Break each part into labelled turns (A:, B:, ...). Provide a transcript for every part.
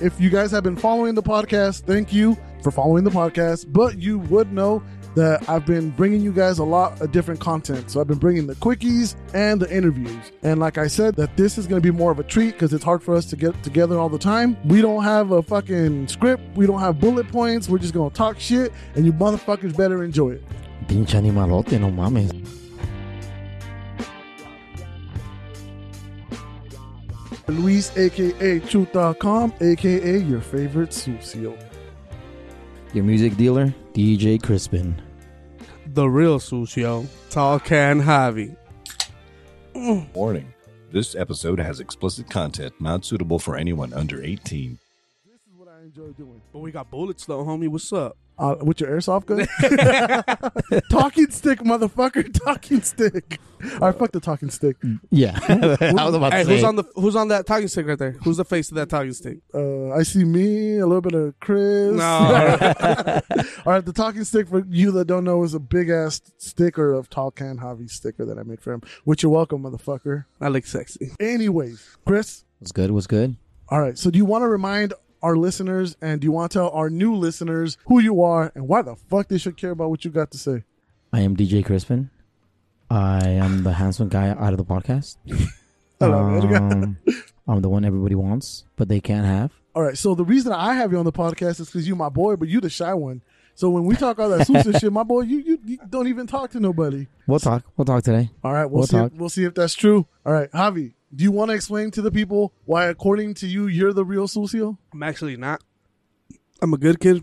A: if you guys have been following the podcast, thank you for following the podcast. But you would know that I've been bringing you guys a lot of different content. So I've been bringing the quickies and the interviews. And like I said, that this is going to be more of a treat because it's hard for us to get together all the time. We don't have a fucking script. We don't have bullet points. We're just going to talk shit and you motherfuckers better enjoy it.
B: Pinche animalote, no mames.
A: Luis, aka Truth.com, aka your favorite Sucio.
B: Your music dealer, DJ Crispin.
C: The real Sucio, Talcan Javi.
D: Warning. This episode has explicit content not suitable for anyone under 18.
A: This is what I enjoy doing.
C: But we got bullets though, homie. What's up?
A: Uh, with your airsoft gun? talking stick, motherfucker. Talking stick. I fuck the talking stick.
B: Yeah. I was about to
C: Hey,
B: say.
C: who's on the who's on that talking stick right there? Who's the face of that talking stick?
A: Uh, I see me, a little bit of Chris.
C: No.
A: All right, the talking stick for you that don't know is a big ass sticker of Talcan Javi sticker that I made for him, which you're welcome, motherfucker.
C: I look sexy.
A: Anyways, Chris,
B: what's good? What's good?
A: All right. So, do you want to remind our listeners and do you want to tell our new listeners who you are and why the fuck they should care about what you got to say?
B: I am DJ Crispin. I am the handsome guy out of the podcast.
A: Hello, Edgar.
B: Um, I'm the one everybody wants, but they can't have.
A: All right. So, the reason I have you on the podcast is because you my boy, but you the shy one. So when we talk all that Sousa shit, my boy, you, you you don't even talk to nobody.
B: We'll talk. We'll talk today.
A: All right, we'll,
B: We'll
A: see. If,
B: talk.
A: we'll see if that's true. All right, Javi, do you want to explain to the people why, according to you, you're the real Sucio?
C: I'm actually not. I'm a good kid.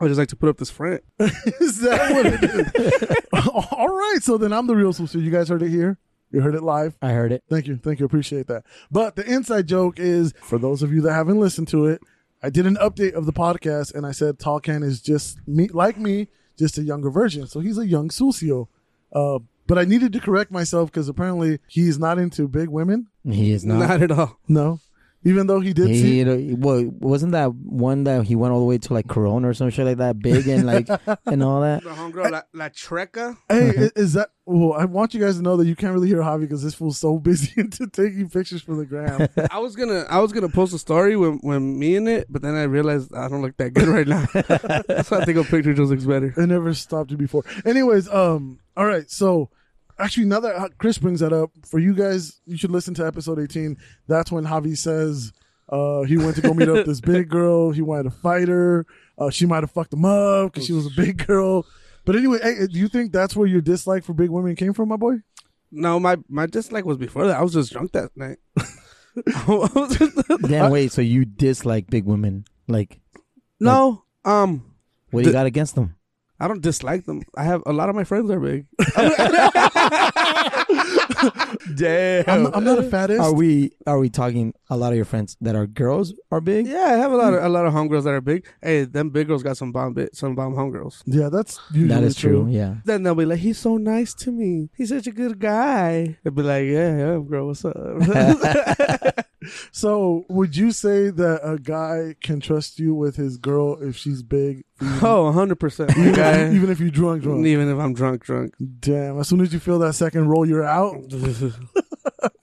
C: I just like to put up this front.
A: Is that what it is? all right. So then I'm the real Sucio. You guys heard it here. You heard it live.
B: I heard it.
A: Thank you. Thank you. Appreciate that. But the inside joke is for those of you that haven't listened to it, I did an update of the podcast and I said Talcan is just me like me, just a younger version. So he's a young Sucio. Uh, but I needed to correct myself because apparently he's not into big women.
B: He is not.
C: Not at all.
A: No. Even though he did
B: he,
A: see
B: you know, well, wasn't that one that he went all the way to like Corona or some shit like that, big and like and all that?
C: The homegirl La, La Treca.
A: Hey, i- is that well, I want you guys to know that you can't really hear Javi because this fool's so busy into taking pictures for the gram.
C: I was gonna I was gonna post a story when when me in it, but then I realized I don't look that good right now. so I think a picture just looks better.
A: I never stopped you before. Anyways, um, all right. So, actually, now that uh, Chris brings that up, for you guys, you should listen to episode eighteen. That's when Javi says uh, he went to go meet up this big girl. He wanted to fight her. Uh, she might have fucked him up because she
B: Oh,
A: was a big girl. But anyway, hey, do you think that's where your dislike for big women came from, my boy?
C: No, my my dislike was before that. I was just drunk that night. I was just-
B: Damn, wait. So you dislike big women? Like,
C: no, um,
B: what do you got against them?
C: I don't dislike them. I have a lot of my friends are big.
B: Damn.
A: I'm, not- I'm not a fattest.
B: eh, Are we are we talking a lot of your friends that are girls are big?
C: Yeah, I have a lot of a lot of homegirls that are big. Hey, them big girls got some bomb bit, some bomb homegirls.
A: yeah, that's usually
B: that is true.
A: true.
B: Yeah.
C: Then they'll be like, "He's so nice to me. He's such a good guy." They'll be like, "Yeah, yeah, girl, what's up?"
A: So, would you say that a guy can trust you with his girl if she's big?
C: oh, hundred percent.
A: Even,
C: Even
A: even if you're drunk, drunk.
C: if I'm drunk, drunk.
A: Damn, as soon as you feel that second roll, you're out.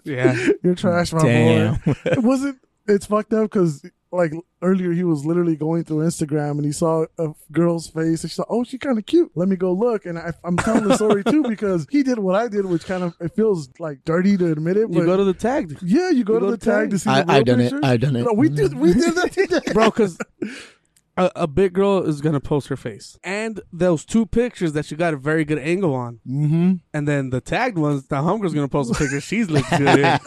C: Yeah,
A: You're trash, my boy. It wasn't, it's fucked up because, like, earlier he was literally going through Instagram and he saw a girl's face and she thought, oh, she kind of cute. Let me go look. And I, I'm telling the story too because he did what I did, which kind of, it feels like dirty to admit it. But
C: you go to the tag,
A: yeah, you go to the tag to see
B: I,
A: the real
B: I've done
A: pictures.
B: it. I've done it.
A: No, we did, we did that today.
C: bro, because. A, a big girl is gonna post her face, and those two pictures that she got a very good angle on,
A: mm-hmm.
C: and then the tagged ones, the homegirl's gonna post a picture. She's looking good.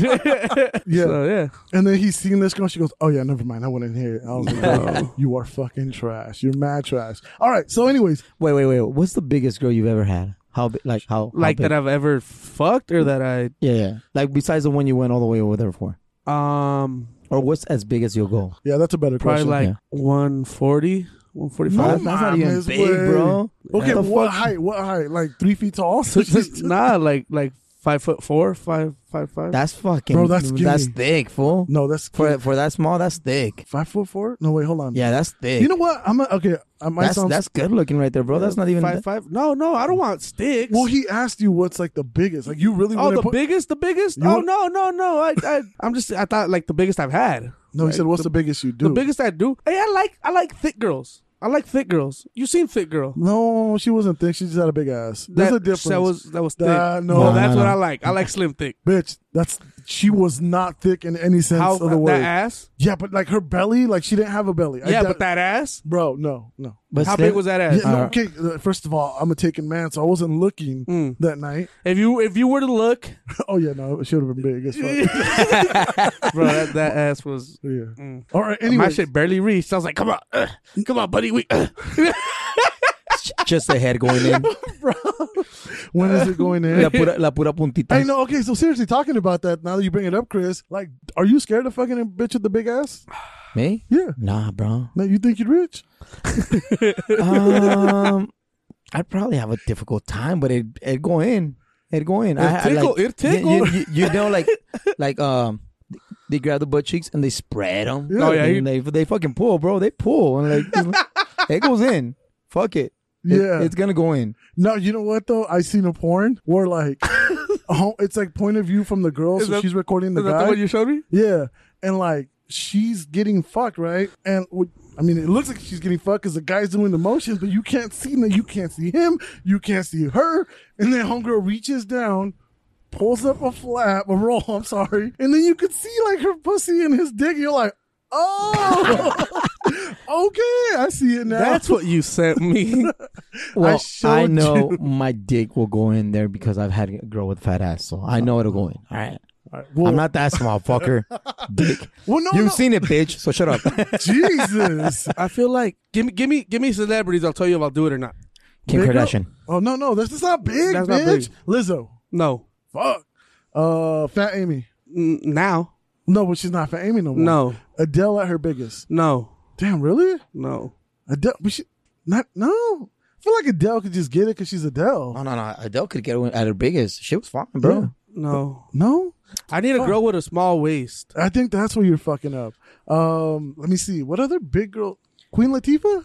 C: yeah, so, yeah.
A: And then he's seen this girl. She goes, "Oh yeah, never mind. I wouldn't hear it." I was like,
C: No.
A: "You are fucking trash. You're mad trash." All right. So, anyways,
B: Wait, wait, wait. What's the biggest girl you've ever had? How big? Like how?
C: like
B: how big?
C: that I've ever fucked or that I
B: Yeah, yeah. Like besides the one you went all the way over there for,
C: um
B: or what's as big as you'll go?
A: yeah, that's a better
C: probably
A: question.
C: like
B: yeah.
C: 140, 145.
B: That's not even
A: mames,
B: big,
A: Oh, way.
B: bro.
A: Okay,
B: What the
A: what
B: fuck?
A: height? What height? Like three feet tall?
C: nah, like like five foot four, five five five.
B: That's fucking.
A: Bro, that's skinny.
B: thick, fool.
A: no, that's
B: For for that small, that's thick.
A: five foot four. No, wait, hold on.
B: Yeah, that's thick.
A: you know what? I'm a, okay. I might
B: that's
A: sound.
B: that's good looking right there, bro. oh, That's not even.
C: five five. No, no, I don't want sticks.
A: well, he asked you what's like the biggest. Like you really
C: oh,
A: want
C: the
A: to put
C: biggest, the biggest.
A: You
C: oh
A: want-
C: no, no, no. I, I I'm just I thought like the biggest I've had.
A: No,
C: Like,
A: he said, "What's
C: the-
A: the, biggest you do?"
C: The biggest I do. Hey, I like I like thick girls. I like thick girls. You seen thick girl?
A: No, she wasn't thick. She just had a big ass. There's
C: That-
A: a difference.
C: That was that was thick.
A: Nah, no.
C: Well, that's
B: No,
C: what
B: no.
C: I like. I like slim thick.
A: bitch. That's she was not thick in any sense
C: How
A: of the word.
C: that ass?
A: yeah, but like her belly, like she didn't have a belly. I
C: Yeah,
A: doubt-
C: but that ass.
A: bro, no, no.
B: But
C: How
B: still-
C: big was that ass?
A: Yeah, no,
B: Uh,
A: okay, uh, first of all, I'm a taken man, so I wasn't looking
C: Mm.
A: that night.
C: If you if you were to look,
A: oh yeah, no, she would have been big as fuck.
C: bro, that, that ass was.
A: yeah.
C: Mm.
A: All right. Anyway,
C: My shit barely reached. I was like, "Come on, uh, come on, buddy, we." uh."
B: Just the head going in.
A: when is it going in?
B: la, pura, la pura puntita.
A: Hey, no, okay, so seriously, talking about that, now that you bring it up, Chris, like, are you scared of fucking a bitch with the big ass?
B: Me?
A: Yeah.
B: Nah, bro.
A: No, you think you're rich?
B: um, I'd probably have a difficult time, but it it go in, it go in. I, I
C: tickle-
B: like-
C: it
B: you-
C: tickle.
B: You, you, you know, like like um, they grab the butt cheeks and they spread them.
A: Yeah. Oh,
C: yeah, you-
B: and they they fucking pull, bro. They pull and like it goes in. Fuck it. It-
A: Yeah.
B: it's gonna go in.
A: No, you know what though? I seen a porn where like, oh, it's like point of view from the girl,
C: Is
A: so
C: that-
A: she's recording the
C: Is that the
A: guy.
C: one you showed me?
A: yeah, and like she's getting fucked, right? And w- I mean, it looks like she's getting fucked because the guy's doing the motions, but you can't see that. You can't see him. You can't see her. And then homegirl reaches down. Pulls up a flap, a roll. I'm sorry, and then you could see like her pussy and his dick. And you're like, oh, okay, I see it now.
C: That's what you sent me.
B: Well, I,
A: showed
B: know my dick will go in there because I've had a girl with fat ass, so I know it'll go in. All right,
A: All right, well-
B: I'm not that small, fucker. dick,
A: Well, no,
B: you've
A: no.
B: seen it, bitch. So shut up.
A: Jesus.
C: I feel like give me give me give me celebrities. I'll tell you if I'll do it or not.
B: Kim
A: Big girl-
B: Kardashian.
A: Oh no, no, that's, that's not big,
C: That's not
A: bitch.
C: big.
A: Lizzo.
C: No,
A: Fuck. Uh, Fat Amy.
C: N- now,
A: No, but she's not Fat Amy no more.
C: no,
A: Adele at her biggest.
C: no,
A: Damn, really?
C: no.
A: Adele? But she, not no. I feel like Adele could just get it because she's Adele.
B: Oh no, no, Adele could get one at her biggest. She was fine, bro.
A: Yeah.
C: No,
A: No,
C: I need a girl with a small waist.
A: I think that's where you're fucking up. Um, let me see. What other big girl? Queen Latifah?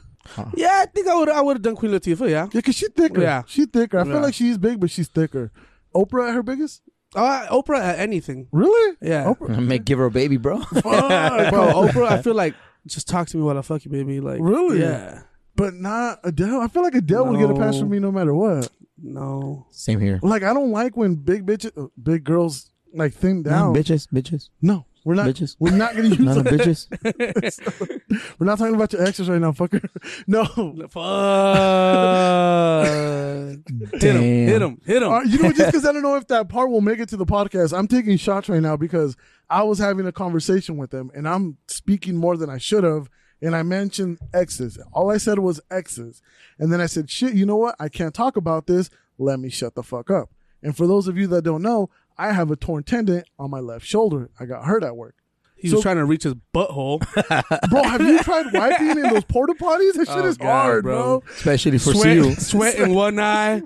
C: Yeah, I think I would I would have done Queen Latifah. Yeah,
A: Yeah, cause she's thicker.
C: Yeah.
A: she thicker. I
C: Yeah.
A: feel like she's big, but she's thicker. Oprah at her biggest?
C: uh, Oprah at anything.
A: Really?
C: Yeah,
A: Oprah.
B: I may give her a baby, bro.
A: Fuck,
C: bro,
A: bro.
C: Oprah. I feel like just talk to me while I fuck you, baby. Like
A: Really?
C: Yeah.
A: But not Adele. I feel like Adele would get a pass
C: No.
A: from me no matter what.
C: No.
B: Same here.
A: Like I don't like when big bitches, uh, big girls like thin down.
B: No, bitches, bitches,
A: No, we're not.
B: Bitches.
A: We're not gonna use.
B: none of bitches.
A: we're not talking about your exes right now, fucker. No.
C: Fuck. hit him. Hit him. Hit him.
A: All right, Uh, you know, what, just because I don't know if that part will make it to the podcast, I'm taking shots right now because I was having a conversation with them and I'm speaking more than I should have. And I mentioned exes. All I said was exes. And then I said, shit, you know what? I can't talk about this. Let me shut the fuck up. And for those of you that don't know, I have a torn tendon on my left shoulder. I got hurt at work.
C: He
A: So-
C: was trying to reach his butthole.
A: Bro, have you tried wiping in those porta potties? That shit
C: Oh,
A: is
C: God,
A: hard, bro.
C: bro.
B: Especially for you.
C: sweat, sweat in one eye.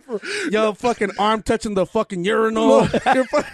C: Yo, fucking arm touching the fucking urinal. You're fuck-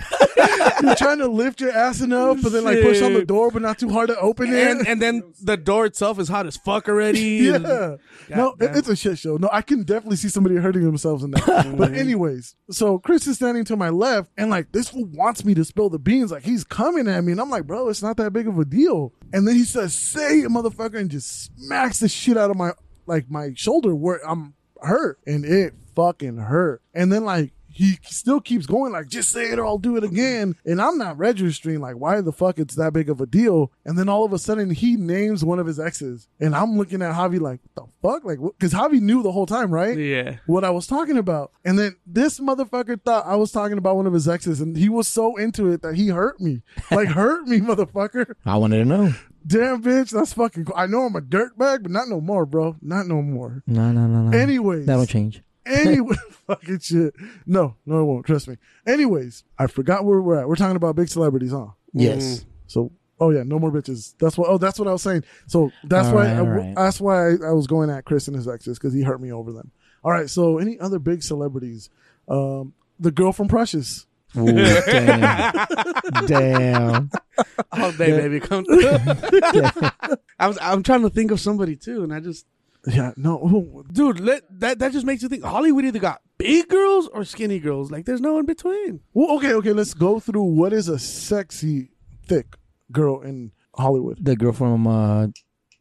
A: You're trying to lift your ass enough, but then like push on the
C: Shit.
A: door, but not too hard to open it.
C: and, and then the door itself is hot as fuck already.
A: yeah. no, it-
C: damn.
A: it's a shit show. No, I can definitely see somebody hurting themselves in
C: Mm-hmm.
A: that. but anyways, so Chris is standing to my left, and like this fool wants me to spill the beans. Like he's coming at me, and I'm like, bro, it's not that big of a deal. And then he says, "Say it, motherfucker," and just smacks the shit out of my like my shoulder where I'm hurt, and it fucking hurt. And then like. He still keeps going, like, just say it or I'll do it again. And I'm not registering, like, why the fuck it's that big of a deal. And then all of a sudden, he names one of his exes. And I'm looking at Javi, like, the fuck? Like, because Javi knew the whole time, right?
C: Yeah.
A: what I was talking about. And then this motherfucker thought I was talking about one of his exes, and he was so into it that he hurt me. Like, hurt me, motherfucker.
B: I wanted to know.
A: Damn, bitch. That's fucking cool. I know I'm a dirtbag, but not no more, bro. Not no more.
B: No, no, no, no.
A: Anyways.
B: that'll change.
A: Anyway, fucking shit. No, no, it won't. Trust me. Anyways, I forgot where we're at. We're talking about big celebrities, huh?
B: Yes.
A: So, oh yeah, no more bitches. That's what. Oh, that's what I was saying. So that's
B: All
A: why.
B: right,
A: I,
B: all right.
A: That's why I, I was going at Chris and his exes because he hurt me over them. All right. So any other big celebrities? Um, the girl from Precious.
B: Ooh, damn. damn.
C: All day, baby. Come through. I was, I'm trying to think of somebody too, and I just,
A: Yeah. No. who-
C: dude, let, that that just makes you think Hollywood either got big girls or skinny girls. Like, there's no in between.
A: Well, okay. Okay. Let's go through what is a sexy thick girl in Hollywood.
B: the girl from uh,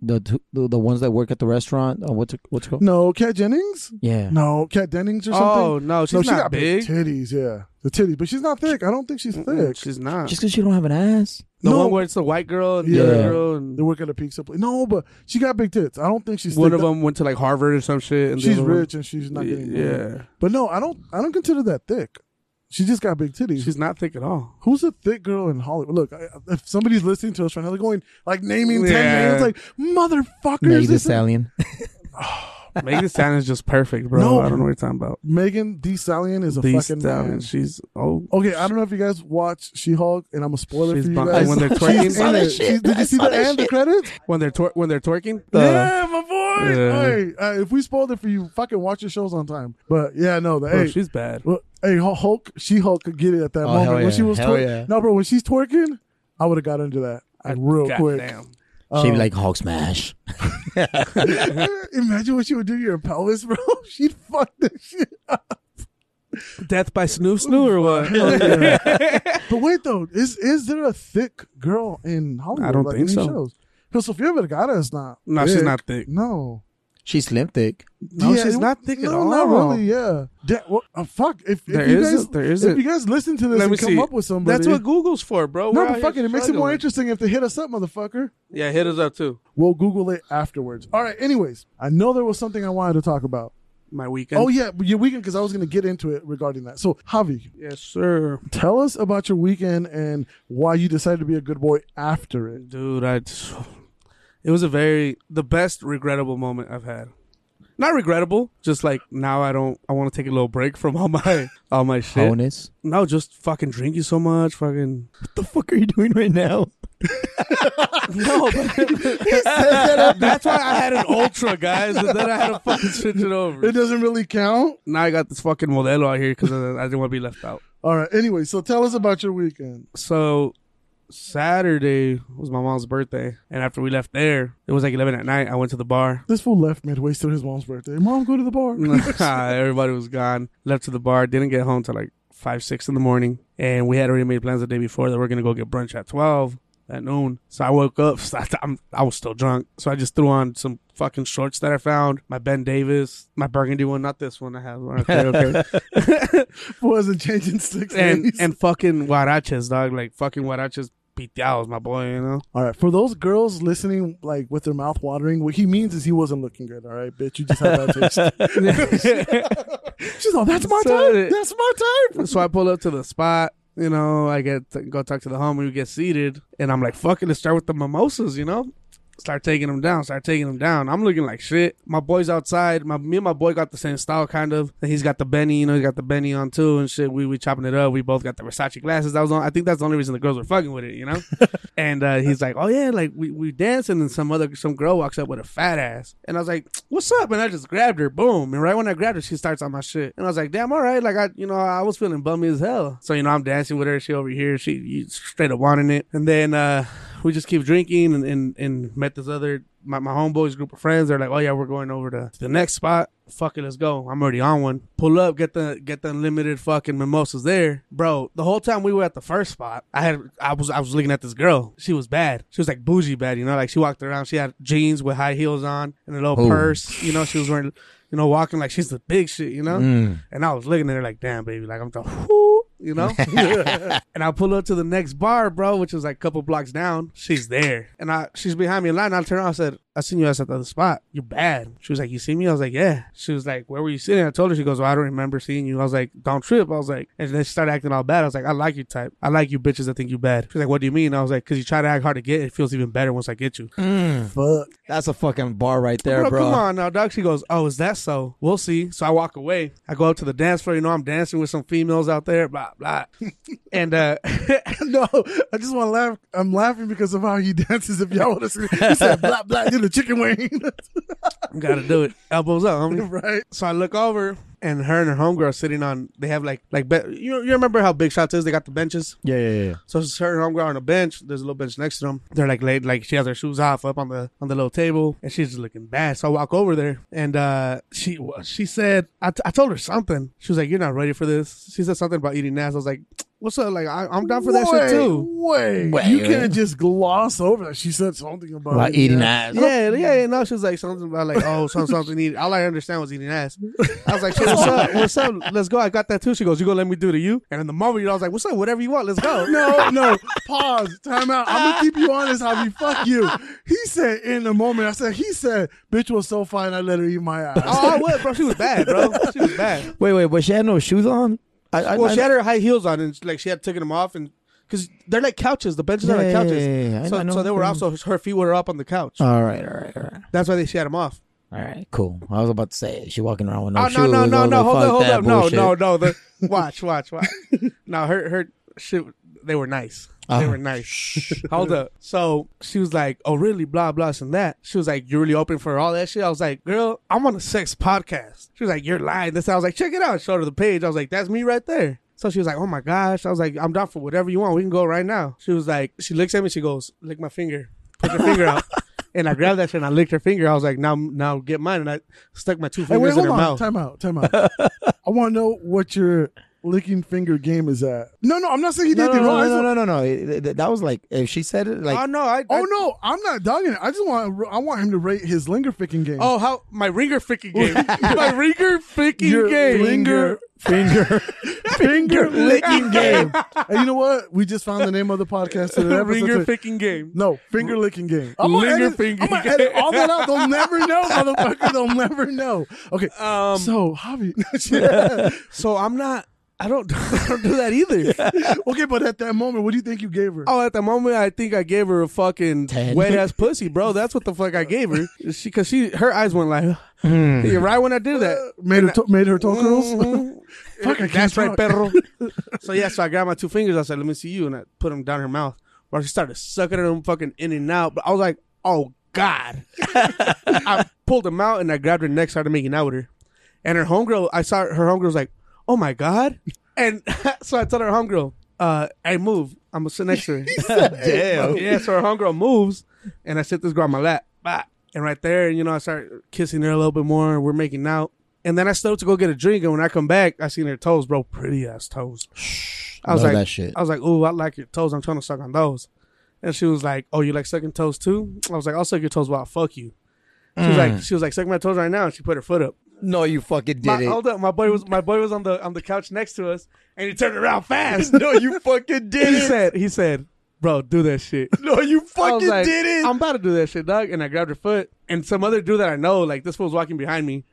B: the two, the, the ones that work at the restaurant. Oh, what's it, what's it called?
A: No, Kat Jennings.
B: Yeah.
A: No, Kat Dennings or something.
C: Oh no, she's
A: no,
C: not
A: she got
C: big. Mm,
A: titties. Yeah, the titties, but she's not thick. I don't think she's thick.
C: She's not.
B: Just because you don't have an ass.
C: the
A: no.
C: one where it's the white girl and the other
B: Yeah.
C: girl, and
A: They work at a pizza place. No, but she got big tits. I don't think she's
C: one
A: thick.
C: of them went to like Harvard or some shit. And the
A: She's
C: other one-
A: rich and she's not getting. Yeah,
C: yeah,
A: but no, I don't. I don't consider that thick. She just got big titties.
C: she's not thick at all.
A: Who's a thick girl in Hollywood? Look, I, if somebody's listening to us right now, they're going like naming
C: Yeah.
A: ten names, like motherfuckers.
B: Maggie the
A: this is-
B: Stallion.
C: Megan Stallion is just perfect, bro.
A: No.
C: I don't know what you're talking about.
A: Megan D. Stallion is a
C: The
A: fucking
C: Stallion,
A: man.
C: she's oh,
A: Okay, I don't know if you guys watch She-Hulk, and I'm a spoiler
C: she's
A: for you
C: bon-
A: guys.
C: when they're
A: She's
C: twerking.
A: in it. She- did you see the end the credits?
C: when they're twer- when they're twerking.
A: yeah, my boy.
C: Yeah.
A: Hey, uh, if we spoiled it for you, fucking watch your shows on time. But yeah, no, the,
C: Bro,
A: hey,
C: she's bad.
A: well, hey, Hul- Hulk, she Hulk could get it at that
B: Oh,
A: moment
B: hell
A: when
B: yeah.
A: she was
B: Hell
A: twerking.
B: yeah.
A: No, bro, when she's twerking, I would have got into that like, real
C: God
A: quick.
C: damn.
B: She'd be
A: Um,
B: like Hulk smash.
A: imagine what she would do to your pelvis, bro. She'd fuck this shit.
C: Death by Snoo Snoo or what?
A: But wait though, is is there a thick girl in Hollywood?
C: I don't
A: like,
C: think
A: in these
C: so.
A: Shows? Because Sofia Vergara is not.
C: no, she's
A: thick.
C: not thick.
A: No.
B: She's slim thick.
C: No, she's
A: it-
C: not thick at
A: no,
C: all.
A: Not really. Yeah. Da- well, uh, fuck. If, if
C: There
A: you
C: is a-
A: guys,
C: there is
A: if
C: a-
A: you guys listen to this
C: Let me
A: and come
C: see.
A: up with somebody,
C: That's what Google's for, bro.
A: No,
C: We're out
A: but fuck it.
C: here
A: It makes it more
C: struggling.
A: interesting if they hit us up, motherfucker.
C: Yeah, hit us up too.
A: We'll Google it afterwards. All right. Anyways, I know there was something I wanted to talk about.
C: My weekend.
A: Oh yeah, but your weekend because I was going to get into it regarding that. So Javi,
C: yes, sir.
A: tell us about your weekend and why you decided to be a good boy after it.
C: Dude, I just, it was a very the best regrettable moment I've had. Not regrettable, just like now I don't I want to take a little break from all my all my shit.
B: Bonus.
C: No, just fucking drinking so much, fucking
B: What the fuck are you doing right now?
C: No, Oh, but- that's why I had an ultra, guys, and then I had to fucking switch it over.
A: It doesn't really count.
C: Now I got this fucking modelo out here because I didn't want to be left out.
A: All right. Anyway, so tell us about your weekend.
C: So Saturday was my mom's birthday, and after we left there, it was like eleven at night. I went to the bar.
A: This fool left midway through his mom's birthday. Mom, go to the bar.
C: Mm. Everybody was gone. Left to the bar. Didn't get home till like five, six in the morning, and we had already made plans the day before that we are gonna go get brunch at twelve at noon. So I woke up. So I, am I was still drunk, so I just threw on some fucking shorts that I found. My Ben Davis, my burgundy one, not this one I have. Okay, okay.
A: Wasn't changing six
C: and
A: days.
C: and fucking huaraches, dog. Like fucking huaraches, piteados, my boy. You know.
A: All right, for those girls listening, like with their mouth watering, what he means is he wasn't looking good. All right, bitch, you just had bad taste. She's all, that's my
C: So-
A: type. That's my type.
C: so I pull up to the spot. You know, I get to go talk to the homie. We get seated, and I'm like, "Fuck it, let's start with the mimosas." You know, start taking them down. Start taking them down. I'm looking like shit. My boy's outside. My me and my boy got the same style, kind of. And he's got the Benny. You know, he got the Benny on too, and shit. We we chopping it up. We both got the Versace glasses. That was on. I think that's the only reason the girls were fucking with it. You know. and uh, he's like, "Oh yeah, like we we dancing," and some other some girl walks up with a fat ass, and I was like, "What's up?" And I just grabbed her, boom, and right when I grabbed her, she starts on my shit, and I was like, "Damn, all right." Like I, you know, I was feeling bummy as hell, so you know, I'm dancing with her. She over here, she you straight up wanting it, and then uh, we just keep drinking, and and, and met this other my, my homeboys group of friends. They're like, "Oh yeah, we're going over to the next spot." Fuck it, let's go. I'm already on one. Pull up, get the get the unlimited fucking mimosas there, bro. The whole time we were at the first spot, I had I was I was looking at this girl. She was bad. She was like bougie bad, you know. Like she walked around. She had jeans with high heels on and a little
B: Ooh.
C: purse. You know, she was wearing, you know, walking like she's the big shit, you know. And I was looking at her like, damn, baby, like I'm the whoo, you know? and I pull up to the next bar, bro, which is like a couple blocks down. She's there. And I she's behind me in line. I turn around, I said, I seen you at the other spot. You bad. She was like, You see me? I was like, Yeah. She was like, Where were you sitting? I told her, she goes, Well, I don't remember seeing you. I was like, Don't trip. I was like, and then she started acting all bad. I was like, I like you type. I like you bitches that think you bad. She's like, What do you mean? I was like, Cause you try to act hard to get, it feels even better once I get you.
A: Fuck.
B: That's a fucking bar right there, bro.
C: Come on now, dog. She goes, Oh, is that so? We'll see. So I walk away. I go up to the dance floor. You know, I'm dancing with some females out there, blah, blah. and uh,
A: No, I just want to laugh. I'm laughing because of how he dances. If y'all would have seen, he said, blah, blah, you're the chicken wing.
C: gotta do it. Elbows up. homie.
A: right?
C: So I look over and her and her homegirl sitting on. They have like like be- you you remember how Big Shots is? They got the benches.
B: Yeah, yeah, yeah.
C: So it's her and homegirl on a bench. There's a little bench next to them. They're like laid like she has her shoes off up on the on the little table, and she's just looking bad. So I walk over there, and uh she wa- she said I, t- I told her something. She was like, "You're not ready for this." She said something about eating ass. I was like, "What's up? Like I, I'm down for that shit too."
A: Wait,
B: Wait.
A: you couldn't just gloss over that. She said something about
B: About
A: it.
B: eating
A: Yeah.
B: ass.
C: Yeah, yeah,
B: Mm-hmm.
C: yeah. No, she was like something about like, oh, something, something eating. All I understand was eating ass. I was like, shit, what's up? What's up? Let's go. I got that too. She goes, you gonna let me do to you? And in the moment, I was like, what's up? Whatever you want, let's go.
A: No, no. Pause. Time out. I'm gonna keep you honest, Javi. Fuck you. He said in the moment. I said he said, "Bitch was so fine, I let her eat my ass."
C: Oh, I would, bro. She was bad, bro. She was bad.
B: Wait, wait, but she had no shoes on. I, I,
C: well,
B: I,
C: she had her high heels on, and like she had taken them off, and because they're like couches, the benches are like
B: Yeah,
C: couches.
B: yeah, yeah, yeah. I-
C: so,
B: I know.
C: so they were off. So her feet were up on the couch.
B: All right, all right, all right.
C: That's why they she had them off.
B: All right, cool. I was about to say it. she walking around with no
C: oh
B: shoes.
C: no no no
B: I'm
C: no!
B: like,
C: hold
B: fuck
C: up hold
B: that
C: up! No
B: bullshit.
C: no no! The watch watch watch. no, her her shit. They were nice. They
B: Oh.
C: were nice. Hold up. So she was like, "Oh, really? Blah blah." And that she was like, "You're really open for all that shit." I was like, "Girl, I'm on a sex podcast." She was like, "You're lying." This I was like, "Check it out." Showed her the page. I was like, "That's me right there." So she was like, "Oh my gosh!" I was like, "I'm down for whatever you want. We can go right now." She was like, she looks at me. She goes, "Lick my finger." Put her finger out. And I grabbed that shit and I licked her finger. I was like, now, now get mine. And I stuck my two
A: Hey, wait,
C: fingers in
A: hold
C: her
A: on.
C: mouth.
A: Time out. Time out. I want to know what your licking finger game is at. No, no. I'm not saying he did
B: No, no,
A: anything wrong. I
B: no,
A: just
B: no,
A: want-
B: no, no, no. It- it- That was like if she said it, like
C: oh no! I, I-
A: Oh no, I'm not dogging it. I just want I want him to rate his linger ficking game.
C: Oh how my ringer freaking game! my ringer freaking
A: Your
C: game!
A: linger
B: finger,
A: finger
B: licking game.
A: And you know what? We just found the name of the podcast. So the episode's
C: ringer
A: like-
C: freaking game.
A: No, finger licking game. I'm gonna
C: Linger
A: edit,
C: finger
A: I'm gonna
C: game.
A: edit all that out. They'll never know, motherfucker. They'll never know. Okay.
C: Um,
A: so
C: so,
A: Javi.
C: I'm not. I don't. I don't do that either.
A: okay, but at that moment, what do you think you gave her?
C: oh, at the moment, I think I gave her a fucking
B: Ten.
C: wet ass pussy, bro. That's what the fuck I gave her. She, cause she, her eyes went like,
B: Hmm.
C: Yeah, right when I did that.
A: Uh, made her to- made her toe curls.
C: Mhm.
A: Fuck, I
C: That's right,
A: can't
C: perro. so yeah, so I grabbed my two fingers. I said, "Let me see you," and I put them down her mouth. Bro, she started sucking them fucking in and out. But I was like, "Oh God!" I pulled them out and I grabbed her neck, started making out with her. And her homegirl, I saw her homegirl was like, "Oh my God!" And so I told her homegirl, uh, "Hey, move! I'm gonna sit next to her."
B: Damn.
C: yeah, so her homegirl moves, and I sit this girl on my lap. Bah. And right there, you know, I start kissing her a little bit more. We're making out. And then I stopped to go get a drink. And when I come back, I seen her toes, bro. Pretty ass toes. I was
B: Love
C: like,
B: that shit.
C: I was like, ooh, I like your toes. I'm trying to suck on those. And she was like, oh, you like sucking toes too? I was like, I'll suck your toes while I fuck you. She was like, she was like, suck my toes right now. And she put her foot up.
B: No, you fucking Mm. did
C: My, oh,
B: it.
C: hold up, my boy was my boy was on the on the couch next to us, and he turned around fast.
B: No, you fucking did
C: he said, he said, bro, do that shit.
B: No, you
C: I was
B: fucking
C: like, I'm about to do that shit, dog. And I grabbed her foot, and some other dude that I know, like this fool's walking behind me,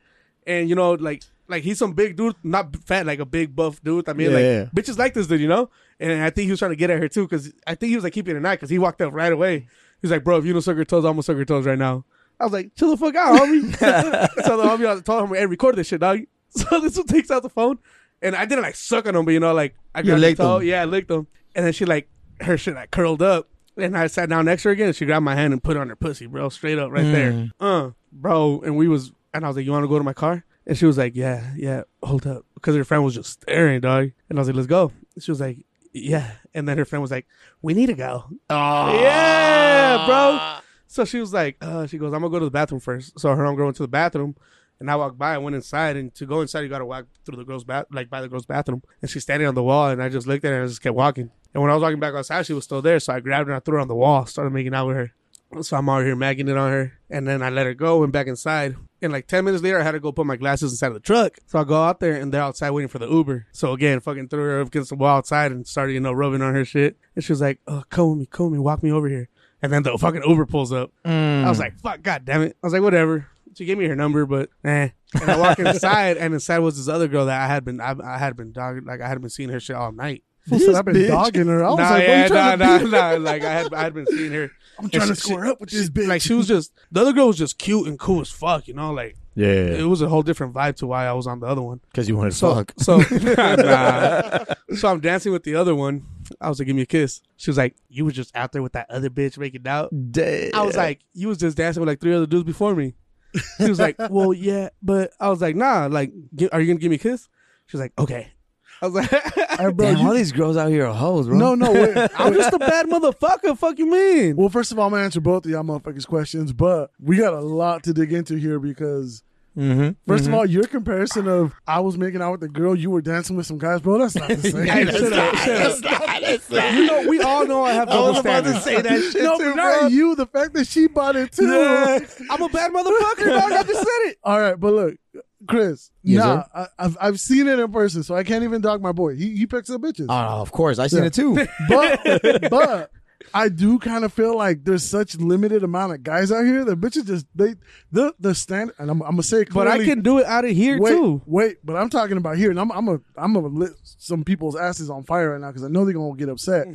C: and you know, like like he's some big dude, not b- fat, like a big buff dude. I mean,
B: Yeah,
C: like
B: yeah.
C: bitches like this dude, you know. And I think he was trying to get at her too, because I think he was like keeping an eye, because he walked up right away. He's like, bro, if you don't suck your toes, I'm gonna suck your toes right now. I was like, chill the fuck out, homie. so the homie, I told him, hey, record this shit, dog. So this one takes out the phone, and I didn't like suck on him, but you know, like I grabbed her
B: licked
C: toe.
B: him.
C: Yeah, I licked him, and then she like her shit like curled up, and I sat down next to her again. And she grabbed my hand and put it on her pussy, bro, straight up right there,
B: Mm.
C: uh, bro. And we was, and I was like, you want to go to my car? And she was like, yeah, yeah, hold up, because her friend was just staring, dog. And I was like, let's go. She was like, yeah, and then her friend was like, we need to go. Yeah, bro. So she was like, uh, she goes, I'm gonna go to the bathroom first. So her homegirl went to the bathroom, and I walked by. I went inside, and to go inside, you gotta walk through the girls' bath, like by the girls' bathroom. And she's standing on the wall, and I just looked at her and I just kept walking. And when I was walking back outside, she was still there. So I grabbed her and I threw her on the wall, started making out with her. So I'm out here magging it on her, and then I let her go, went back inside. And like ten minutes later, I had to go put my glasses inside of the truck. So I go out there, and they're outside waiting for the Uber. So again, fucking threw her up against the wall outside and started, you know, rubbing on her shit. And she was like, "Oh, come with me, come with me, walk me over here." And then the fucking Uber pulls up. I was like, "Fuck, god damn it!" I was like, "Whatever." She gave me her number, but eh. And I walk inside, and inside was this other girl that I had been, I, I had been dogging, like I had been seeing her shit all night.
A: Fool said I've been dogging her. I was
C: Nah,
A: like, what are
C: yeah,
A: you trying
C: nah,
A: to do?
C: nah, nah. Like I had, I had been seeing her.
A: I'm trying to
C: And she-
A: square up with
C: she-
A: this bitch.
C: Like she was just the other girl was just cute and cool as fuck, you know. Like it
B: yeah,
C: was a whole different vibe to why I was on the other one.
B: because you wanted to
C: So,
B: fuck.
C: so, Nah. so I'm dancing with the other one. I was like, "Give me a kiss." She was like, "You was just out there with that other bitch making out."
B: Damn.
C: I was like, "You was just dancing with like three other dudes before me." She was like, well, yeah, but I was like, nah, like, gi- are you gonna give me a kiss? She was like, okay. I was like,
A: Hey, bro,
B: Damn,
A: you-
B: all these girls out here are hoes, bro.
A: no, no. Wait,
C: I'm just a bad motherfucker. Fuck you mean?
A: Well, first of all, I'm gonna answer both of y'all motherfuckers' questions, but we got a lot to dig into here because
C: Mm-hmm.
A: 1st of all, your comparison of I was making out with a girl, you were dancing with some guys, bro. That's not the same.
C: Shut up, shut up. You know, we all know I have
D: I
C: double
D: was about
C: standards.
D: to say that shit
A: no,
D: too,
A: but not
D: bro.
A: you. The fact that she bought it too.
C: I'm a bad motherfucker. dog. I just said it.
A: All right, but look, Chris.
B: Yes,
A: nah,
B: sir.
A: I, I've I've seen it in person, so I can't even dog my boy. He he picks up bitches,
C: Uh,
B: Oh, of course, I seen
A: Yeah.
B: it too.
A: but but. I do kind of feel like there's such limited amount of guys out here that bitches just they the the standard and I'm, I'm gonna say it
C: But
A: clearly,
C: I can do it out of here
A: wait,
C: too.
A: Wait, but I'm talking about here, and I'm I'm a I'm gonna lit some people's asses on fire right now because I know they're gonna get upset.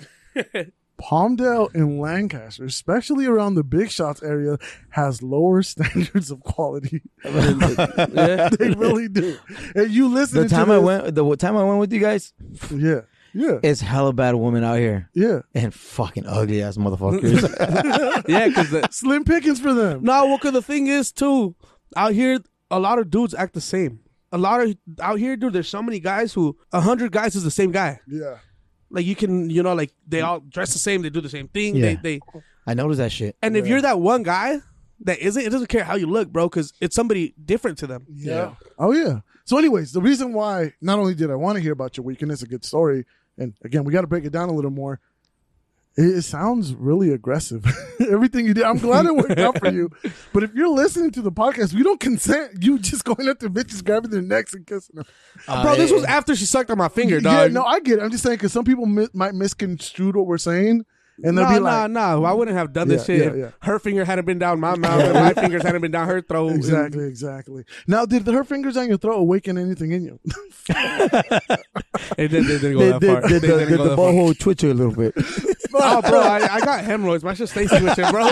A: Palmdale and Lancaster, especially around the big shots area, has lower standards of quality. they really do. And you listen
B: the
A: to
B: time
A: this,
B: I went, the time I went with you guys,
A: Yeah, yeah,
B: it's hella bad women out here
A: yeah.
B: and fucking ugly ass motherfuckers.
C: yeah, because
A: Slim pickings for them.
C: No, well, 'cause the thing is too, out here a lot of dudes act the same. A lot of out here, dude. There's so many guys who a hundred guys is the same guy.
A: Yeah,
C: Like you can, you know, like they all dress the same. They do the same thing. They,
B: Yeah.
C: they
B: I noticed that shit.
C: and if you're that one guy that isn't, it doesn't care how you look, bro, because it's somebody different to them.
A: yeah. Oh yeah. So, anyways, the reason why not only did I want to hear about your weekend, it's a good story, and again, we got to break it down a little more. It, it sounds really aggressive. Everything you did, I'm glad it worked out for you. But if you're listening to the podcast, we don't consent. You just going up to bitches, grabbing their necks and kissing them.
C: bro, this
B: Uh,
C: was after she sucked on my finger,
A: yeah,
C: dog.
A: no, I get. it. I'm just saying because some people mi- might misconstrue what we're saying, and they'll
C: nah,
A: be like,
C: nah, nah. I wouldn't have done this
A: Yeah,
C: shit.
A: yeah,
C: if Her finger hadn't been down my mouth, and my fingers hadn't been down her throat. and-
A: Exactly, exactly. Now, did her fingers on your throat awaken anything in you?
C: It didn't, it didn't go
B: Did,
C: that
B: did,
C: far.
B: did,
C: They
B: the,
C: didn't
B: did
C: go
B: the
C: that far.
B: butthole twitch you a little bit?
C: Oh, bro, I, I got hemorrhoids. My shit stays twitching, bro.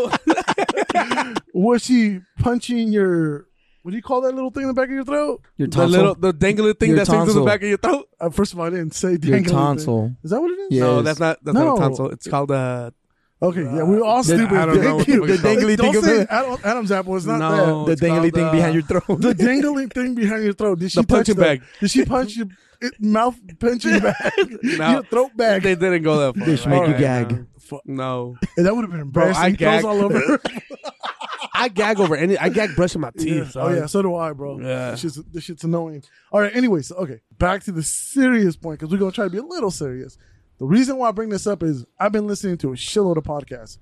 A: Was she punching your? What do you call that little thing in the back of your throat?
B: Your
C: The
B: tonsil.
C: little, the dangling thing
B: Your
C: that sticks to the
B: tonsil.
C: back of your throat.
A: Uh, first of all, I didn't say
B: your
A: dangling thing.
B: tonsil.
A: Is that what it is?
B: Yeah.
C: No,
B: Yes.
C: that's not. That's not
A: No.
C: a tonsil. It's called a.
A: Okay, yeah, we were all stupid.
C: I don't
A: Thank
C: know what the
A: you.
C: fuck it's called.
B: dangly
A: Don't
B: thing of
A: say
B: it.
A: Adam- Adam's apple. It's not
C: No.
A: that.
C: Oh, it's called, uh,
B: throat.
A: The dangling thing behind your throat. Did she
C: The
A: punch
C: punching
A: the-
C: bag.
A: Did she punch your it, mouth punching bag?
C: No.
A: Your throat bag.
C: They didn't go that far.
B: They should make you
C: Alright,
B: gag.
C: man. Fu- No,
A: And that would have been embarrassing.
C: I
A: He throws
C: gagged.
A: all over.
C: I gag over any. I gag brushing my teeth.
A: Yeah. Oh
C: dog.
A: yeah, so do I, bro.
C: Yeah.
A: This, shit's, this shit's annoying. All right, anyways, okay, back to the serious point because we're gonna try to be a little serious. The reason why I bring this up is I've been listening to a shitload of podcasts,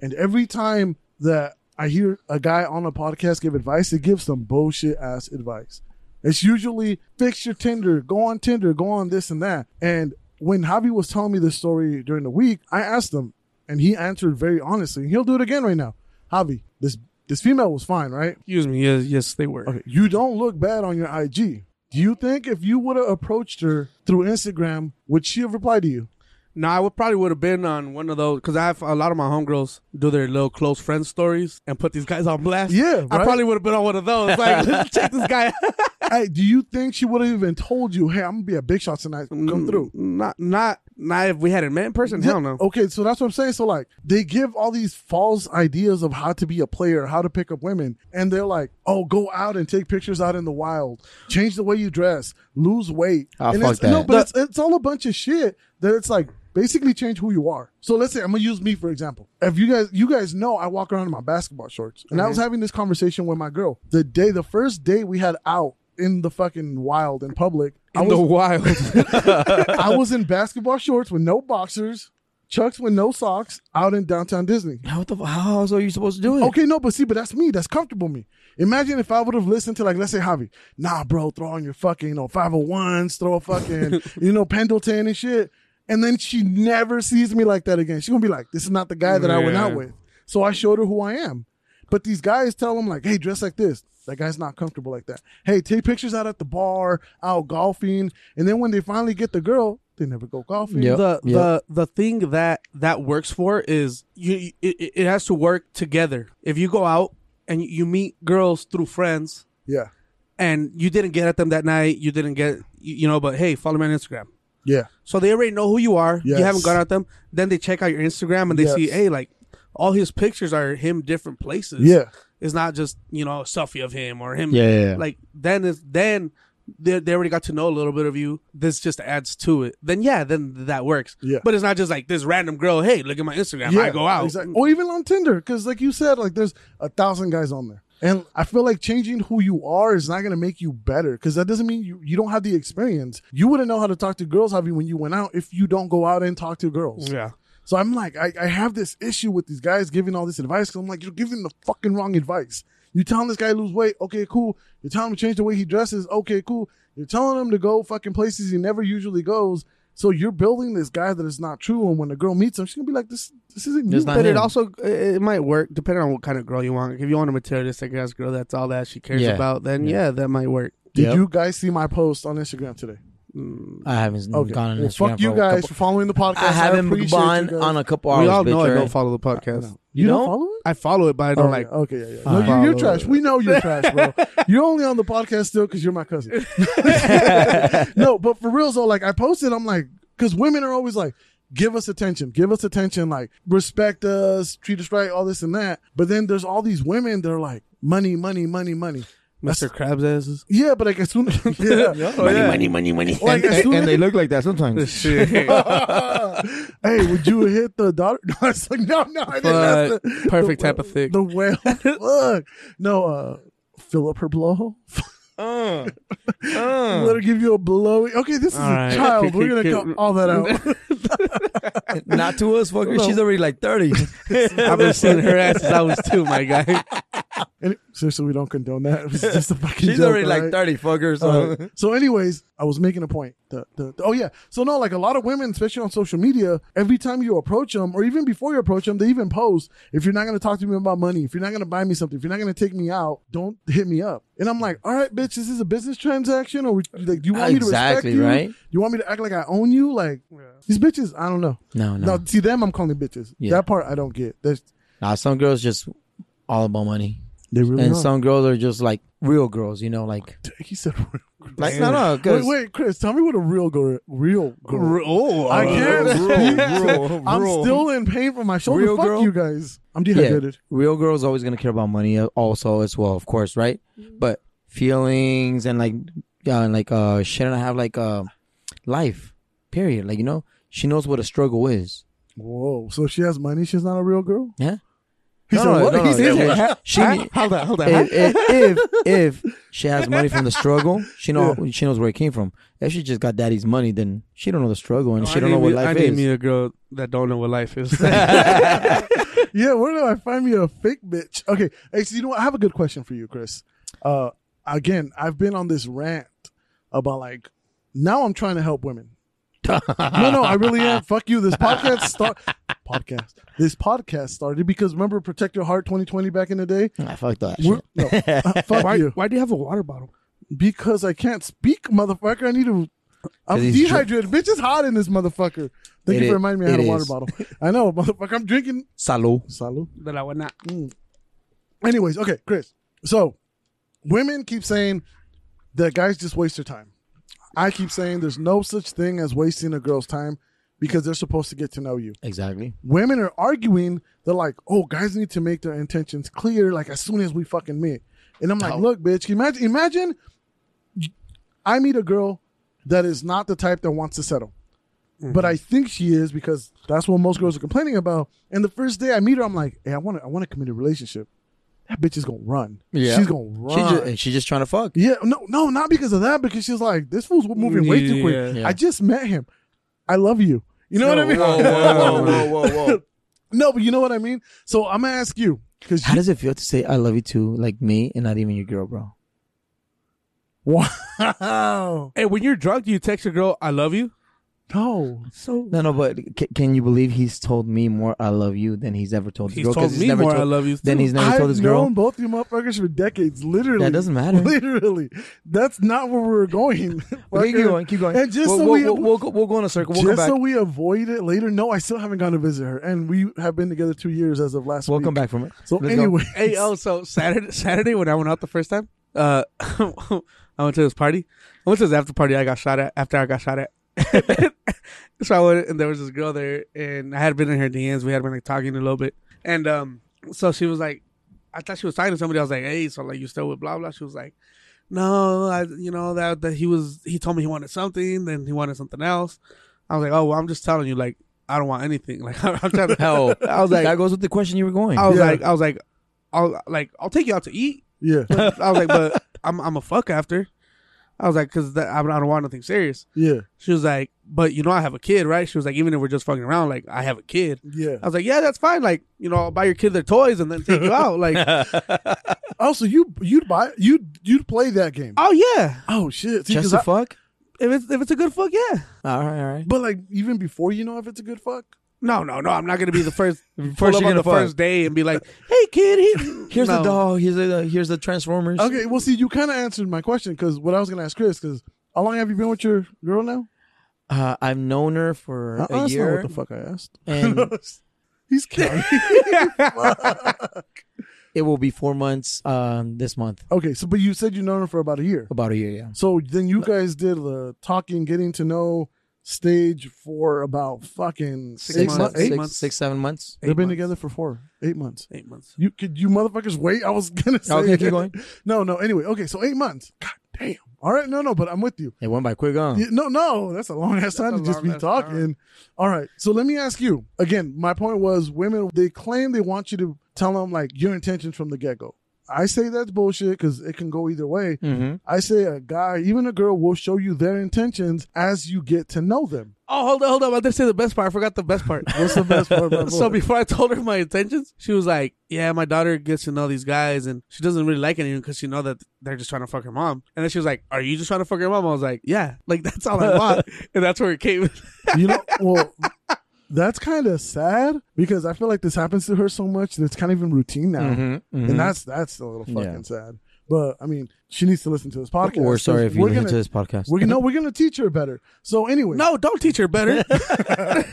A: and every time that I hear a guy on a podcast give advice, it gives some bullshit ass advice. It's usually fix your Tinder, go on Tinder, go on this and that. And when Javi was telling me this story during the week, I asked him, and he answered very honestly. And he'll do it again right now. Javi, this this female was fine, right?
C: Excuse me. Yes, yes, they were.
A: Okay, you don't look bad on your IG. Do you think if you would have approached her through Instagram, would she have replied to you?
C: No, I would probably would have been on one of those because I have a lot of my homegirls do their little close friend stories and put these guys on blast.
A: Yeah,
C: I
A: right?
C: probably would have been on one of those. Like, let's check this guy. out.
A: Hey, do you think she would have even told you, "Hey, I'm gonna be a big shot tonight. Come through"?
C: Not, not, not if we hadn't met in person. Hell no.
A: Okay, so that's what I'm saying. So like, they give all these false ideas of how to be a player, how to pick up women, and they're like, "Oh, go out and take pictures out in the wild, change the way you dress, lose weight."
B: Ah,
A: and
B: fuck
A: it's, No,
B: that.
A: but it's, it's all a bunch of shit that it's like basically change who you are. So let's say I'm gonna use me for example. If you guys you guys know I walk around in my basketball shorts, and I was having this conversation with my girl the day the first day we had out in the fucking wild in public. I
C: In
A: was
C: the wild.
A: I was in basketball shorts with no boxers, chucks with no socks, out in downtown Disney.
B: How the fu- how else are you supposed to do it?
C: Oh,
A: Okay, no, but see, but that's me. That's comfortable me. Imagine if I would have listened to like, let's say Javi, nah, bro, throw on your fucking, you know, 501s, throw a fucking, you know, Pendleton and shit. And then she never sees me like that again. She's gonna be like, this is not the guy that I went out
C: Yeah.
A: with. So I showed her who I am. But these guys tell them like, hey, dress like this. That guy's not comfortable like that. Hey, take pictures out at the bar, out golfing. And then when they finally get the girl, they never go golfing.
B: Yep,
C: the
B: yep.
C: the the thing that that works for is you it, it- it has to work together if you go out and you meet girls through friends
A: Yeah.
C: and you didn't get at them that night you didn't get you you know but hey follow me on instagram
A: Yeah.
C: so they already know who you are
A: Yes.
C: you haven't gone at them then they check out your instagram and they see
A: Yes.
C: hey like all his pictures are him different places
A: Yeah.
C: It's not just you know a selfie of him or him.
B: Yeah, yeah, yeah.
C: Like then is then they, they already got to know a little bit of you. This just adds to it. Then yeah, then that works.
A: Yeah.
C: But it's not just like this random girl. Hey, look at my Instagram. I go out. Mm.
A: exact- Or even on Tinder, because like you said, like there's a thousand guys on there. And I feel like changing who you are is not going to make you better because that doesn't mean you, you don't have the experience. You wouldn't know how to talk to girls, Javi, when you went out if you don't go out and talk to girls.
C: Yeah.
A: So I'm like, I, I have this issue with these guys giving all this advice because I'm like, you're giving the fucking wrong advice. You're telling this guy to lose weight, okay, cool. You're telling him to change the way he dresses, okay, cool. You're telling him to go fucking places he never usually goes. So you're building this guy that is not true, and when the girl meets him, she's gonna be like, "This, this isn't
B: This
A: you."
B: not
C: But it
B: him.
C: also it it might work depending on what kind of girl you want. If you want a materialistic ass girl, that's all that she cares
B: Yeah.
C: about. Then yeah.
B: Yeah.
C: that might work.
A: Did
B: Yep.
A: you guys see my post on Instagram today?
C: Mm.
B: I haven't
A: Okay,
B: gone on
A: well,
B: Instagram.
A: fuck
B: for
A: you
B: a
A: guys
B: couple-
A: for following the podcast.
B: I haven't
A: appreciate you
B: gone
A: guys.
B: on a couple hours.
C: We all know
B: bitch,
C: I don't
B: alright?
C: follow the podcast.
A: You,
B: You
A: don't
B: don't?
A: follow it?
C: I follow it, but I don't
A: Oh,
C: like.
A: yeah, okay, yeah, yeah.
B: I
A: No, you're, you're
C: follow
A: trash.
C: it.
A: We know you're trash, bro. You're only on the podcast still because you're my cousin. no, but for real, so like I posted, I'm like, because women are always like, give us attention, give us attention, like respect us, treat us right, all this and that. But then there's all these women that are like, money, money, money, money.
C: Mr. Krabs asses.
A: Yeah, but like as soon as yeah.
C: yeah.
B: money, money.
A: Like,
B: And,
A: as soon
B: and
A: as-
B: they look like that sometimes.
C: Shit.
A: hey, would you hit the daughter? No, it's like no, no, I didn't. That's
C: Fuck.
A: the-
C: Perfect
A: the,
C: type of thick.
A: The whale. Look, no, uh, fill up her blow.
C: Uh,
A: Let her give you a blowy. Okay, this is
C: All
A: a
C: right.
A: child. We're gonna cut all that out.
B: Not to us, fucker. She's already like thirty.
C: I've been seeing her ass since I was two, my guy.
A: And seriously, we don't condone that. It was just a fucking.
B: She's
A: joke,
B: already
A: all
B: like
A: right?
B: thirty, fucker.
A: All
B: So
C: Uh-huh.
A: right. Uh, So, anyways, I was making a point. The, the, the- oh yeah. So no, like a lot of women, especially on social media, every time you approach them, or even before you approach them, they even post, "If you're not going to talk to me about money, if you're not going to buy me something, if you're not going to take me out, don't hit me up." And I'm like, "All right, bitch, this is a business transaction, or like, do you want
B: exactly
A: me to respect you?
B: right.
A: You want me to act like I own you? Like these bitches, I don't know.
B: No, no.
A: Now, see them, I'm calling bitches.
B: Yeah.
A: That part I don't get. That's,
B: Nah, some girls just all about money,
A: they really
B: and
A: are.
B: some girls are just like real girls. You know, like
A: he said,
B: like no, no.
A: "Wait,
B: Cause
A: wait, Chris, tell me what a real girl, real girl."
C: Oh,
A: I can't speak.
B: real,
A: I'm still in pain from my shoulder.
B: Real
A: Fuck
B: girl?
A: you guys. I'm
B: yeah,
A: dehydrated.
B: real girls always gonna care about money also as well, of course, right? But feelings and like yeah, and like uh, she don't have like uh, life. Period. Like you know, she knows what a struggle is.
A: Whoa. So if she has money, she's not a real girl?
B: Yeah.
A: He
B: No,
A: said
B: no,
A: what?
B: no,
A: he
B: no,
A: said
B: yeah,
A: what?
B: yeah. She-
C: hold on, hold on.
B: if, if, if if she has money from the struggle, she know she knows where it came from. If she just got daddy's money, then she don't know the struggle and she don't know what life
C: I need
B: is.
C: me a girl that don't know what life is.
A: Yeah, where do I find me a fake bitch? Okay. Hey, so you know what? I have a good question for you, Chris. Uh, again, I've been on this rant about like, now I'm trying to help women. no, no, I really am. Fuck you. This podcast start podcast. This podcast started because remember Protect Your Heart 2020 back in the day?
B: I fucked that.
A: We're-
B: Shit.
A: no. Uh, fuck
C: why,
A: you.
C: why do you have a water bottle?
A: Because I can't speak, motherfucker. I need to. I'm
B: he's dri-
A: dehydrated. Bitch, it's hot in this motherfucker. Thank you
B: It is-
A: for reminding me I had
B: it
A: a water
B: is.
A: bottle. I know, motherfucker. I'm drinking.
B: Salud.
A: Salud.
C: That I would not.
A: Anyways, okay, Chris. So, women keep saying that guys just waste their time. I keep saying there's no such thing as wasting a girl's time because they're supposed to get to know you.
B: Exactly.
A: Women are arguing. They're like, "Oh, guys need to make their intentions clear, like as soon as we fucking meet." And I'm like, "Look, bitch, can you imagine? Imagine I meet a girl that is not the type that wants to settle,
B: Mm-hmm.
A: but I think she is because that's what most girls are complaining about. And the first day I meet her, I'm like, "Hey, I want to, I want to commit a relationship." That bitch is gonna run.
B: Yeah.
A: she's gonna
B: She
A: run.
B: just, and she just trying to fuck.
A: Yeah, no, no, not because of that. Because she's like, this fool's moving way too quick.
C: Yeah.
B: Yeah.
A: I just met him. I love you. You know what I mean?
B: whoa, whoa, whoa.
A: No, but you know what I mean. So I'm gonna ask you because
B: How does it feel to say I love you too, like me, and not even your girl, bro?
A: wow,
C: Hey, when you're drunk, do you text your girl, I love you?
A: no,
C: So
B: No, no, but c- can you believe he's told me more I love you than he's ever told his
C: he's
B: girl? 'Cause
C: told
B: he's
C: me
B: never
C: more, I
B: told-
C: love you.
B: Then
C: too.
B: he's never
A: I've
B: told his girl.
A: known both you motherfuckers for decades. Literally,
B: That doesn't matter.
A: Literally, that's not where we're going. fucker.
B: Okay, keep going, keep going.
A: And just
B: we'll,
A: so
B: we'll,
A: we-
B: we'll, we'll, go, we'll go in a circle. We'll
A: just
B: come back.
A: so we avoid it later. No, I still haven't gone to visit her, and we have been together two years as of last
B: we'll
A: week.
B: come back from it.
A: So
B: Let's go.
A: anyway,
C: Hey, oh, so Saturday, Saturday when I went out the first time, uh, I went to this party. I went to this after party. I got shot at after I got shot at. so I went, and there was this girl there, and I had been in her DMs. We had been like talking a little bit, and um, so she was like, I thought she was talking to somebody. I was like, hey, so like you still with blah blah? She was like, no, I you know that that he was he told me he wanted something, then he wanted something else. I was like, oh well, I'm just telling you, like I don't want anything. Like I'm trying to.
B: Hell,
C: I was like,
B: that goes with the question you were going.
C: I was
A: Yeah.
C: like, I was like, I'll like I'll take you out to eat.
A: Yeah,
C: I was like, but I'm I'm a fuck after. I was like, cause that, I don't want nothing serious.
A: yeah,
C: She was like, but you know I have a kid, right? She was like, even if we're just fucking around, like I have a kid.
A: yeah.
C: I was like, yeah, that's fine. Like, you know, I'll buy your kid their toys and then take you out. Like,
A: Also, you you'd buy you you'd play that game.
C: oh yeah,
A: Oh shit! See, 'cause
B: Just a
A: I-
B: fuck.
C: if it's if it's a good fuck, yeah.
B: All right, all right.
A: but like even before you know if it's a good fuck.
C: No, no, no. I'm not gonna be the first
B: you're
C: pull up on
B: gonna
C: the
B: fuck.
C: first day and be like, hey kid, he,
B: Here's
C: no.
B: the doll. Here's the here's the Transformers.
A: Okay, well, see, you kind of answered my question because what I was gonna ask Chris because how long have you been with your girl now?
B: Uh, I've known her for
A: Uh-uh,
B: a
A: that's not what
B: year,
A: the fuck I asked.
B: and
A: He's kidding.
B: it will be four months um, this month.
A: okay, so but you said you known her for about a year.
B: About a year, yeah.
A: So then you guys did the talking, getting to know stage for about fucking
C: Six
A: six,
B: Six
A: months.
C: months.
A: Eight?
B: six,
C: months.
B: six, seven months.
A: They've been
C: months.
A: together for four, eight months.
C: Eight months.
A: You could you motherfuckers wait? I was gonna say.
B: Okay, keep going.
A: No, no. Anyway, okay. So eight months. God damn. All right. No, no. But I'm with you.
B: It went by quick, huh?
A: Yeah, no, no, that's a long ass time
C: a
A: to just be
C: long-ass time.
A: talking. All right, so let me ask you again. My point was, women they claim they want you to tell them like your intentions from the get go. I say that's bullshit because it can go either way.
B: Mm-hmm.
A: I say a guy, even a girl, will show you their intentions as you get to know them.
C: Oh, hold up, hold up. I did say the best part. I forgot the best part.
A: What's the best part about
C: so
A: so
C: before I told her my intentions, she was like, "Yeah, my daughter gets to know these guys, and she doesn't really like anyone because she know that they're just trying to fuck her mom." And then she was like, "Are you just trying to fuck your mom?" I was like, "Yeah, like that's all I want," and that's where it came.
A: you know? Well, that's kind of sad because I feel like this happens to her so much that it's kind of even routine now, and that's that's a little fucking
B: Mm-hmm, Yeah.
A: sad. But I mean, she needs to listen to this podcast.
B: We're
A: 'cause
B: sorry if you
A: we're
B: listen
A: gonna-
B: to this podcast.
A: We're gonna no, we're gonna teach her better. So anyway,
C: no, don't teach her better.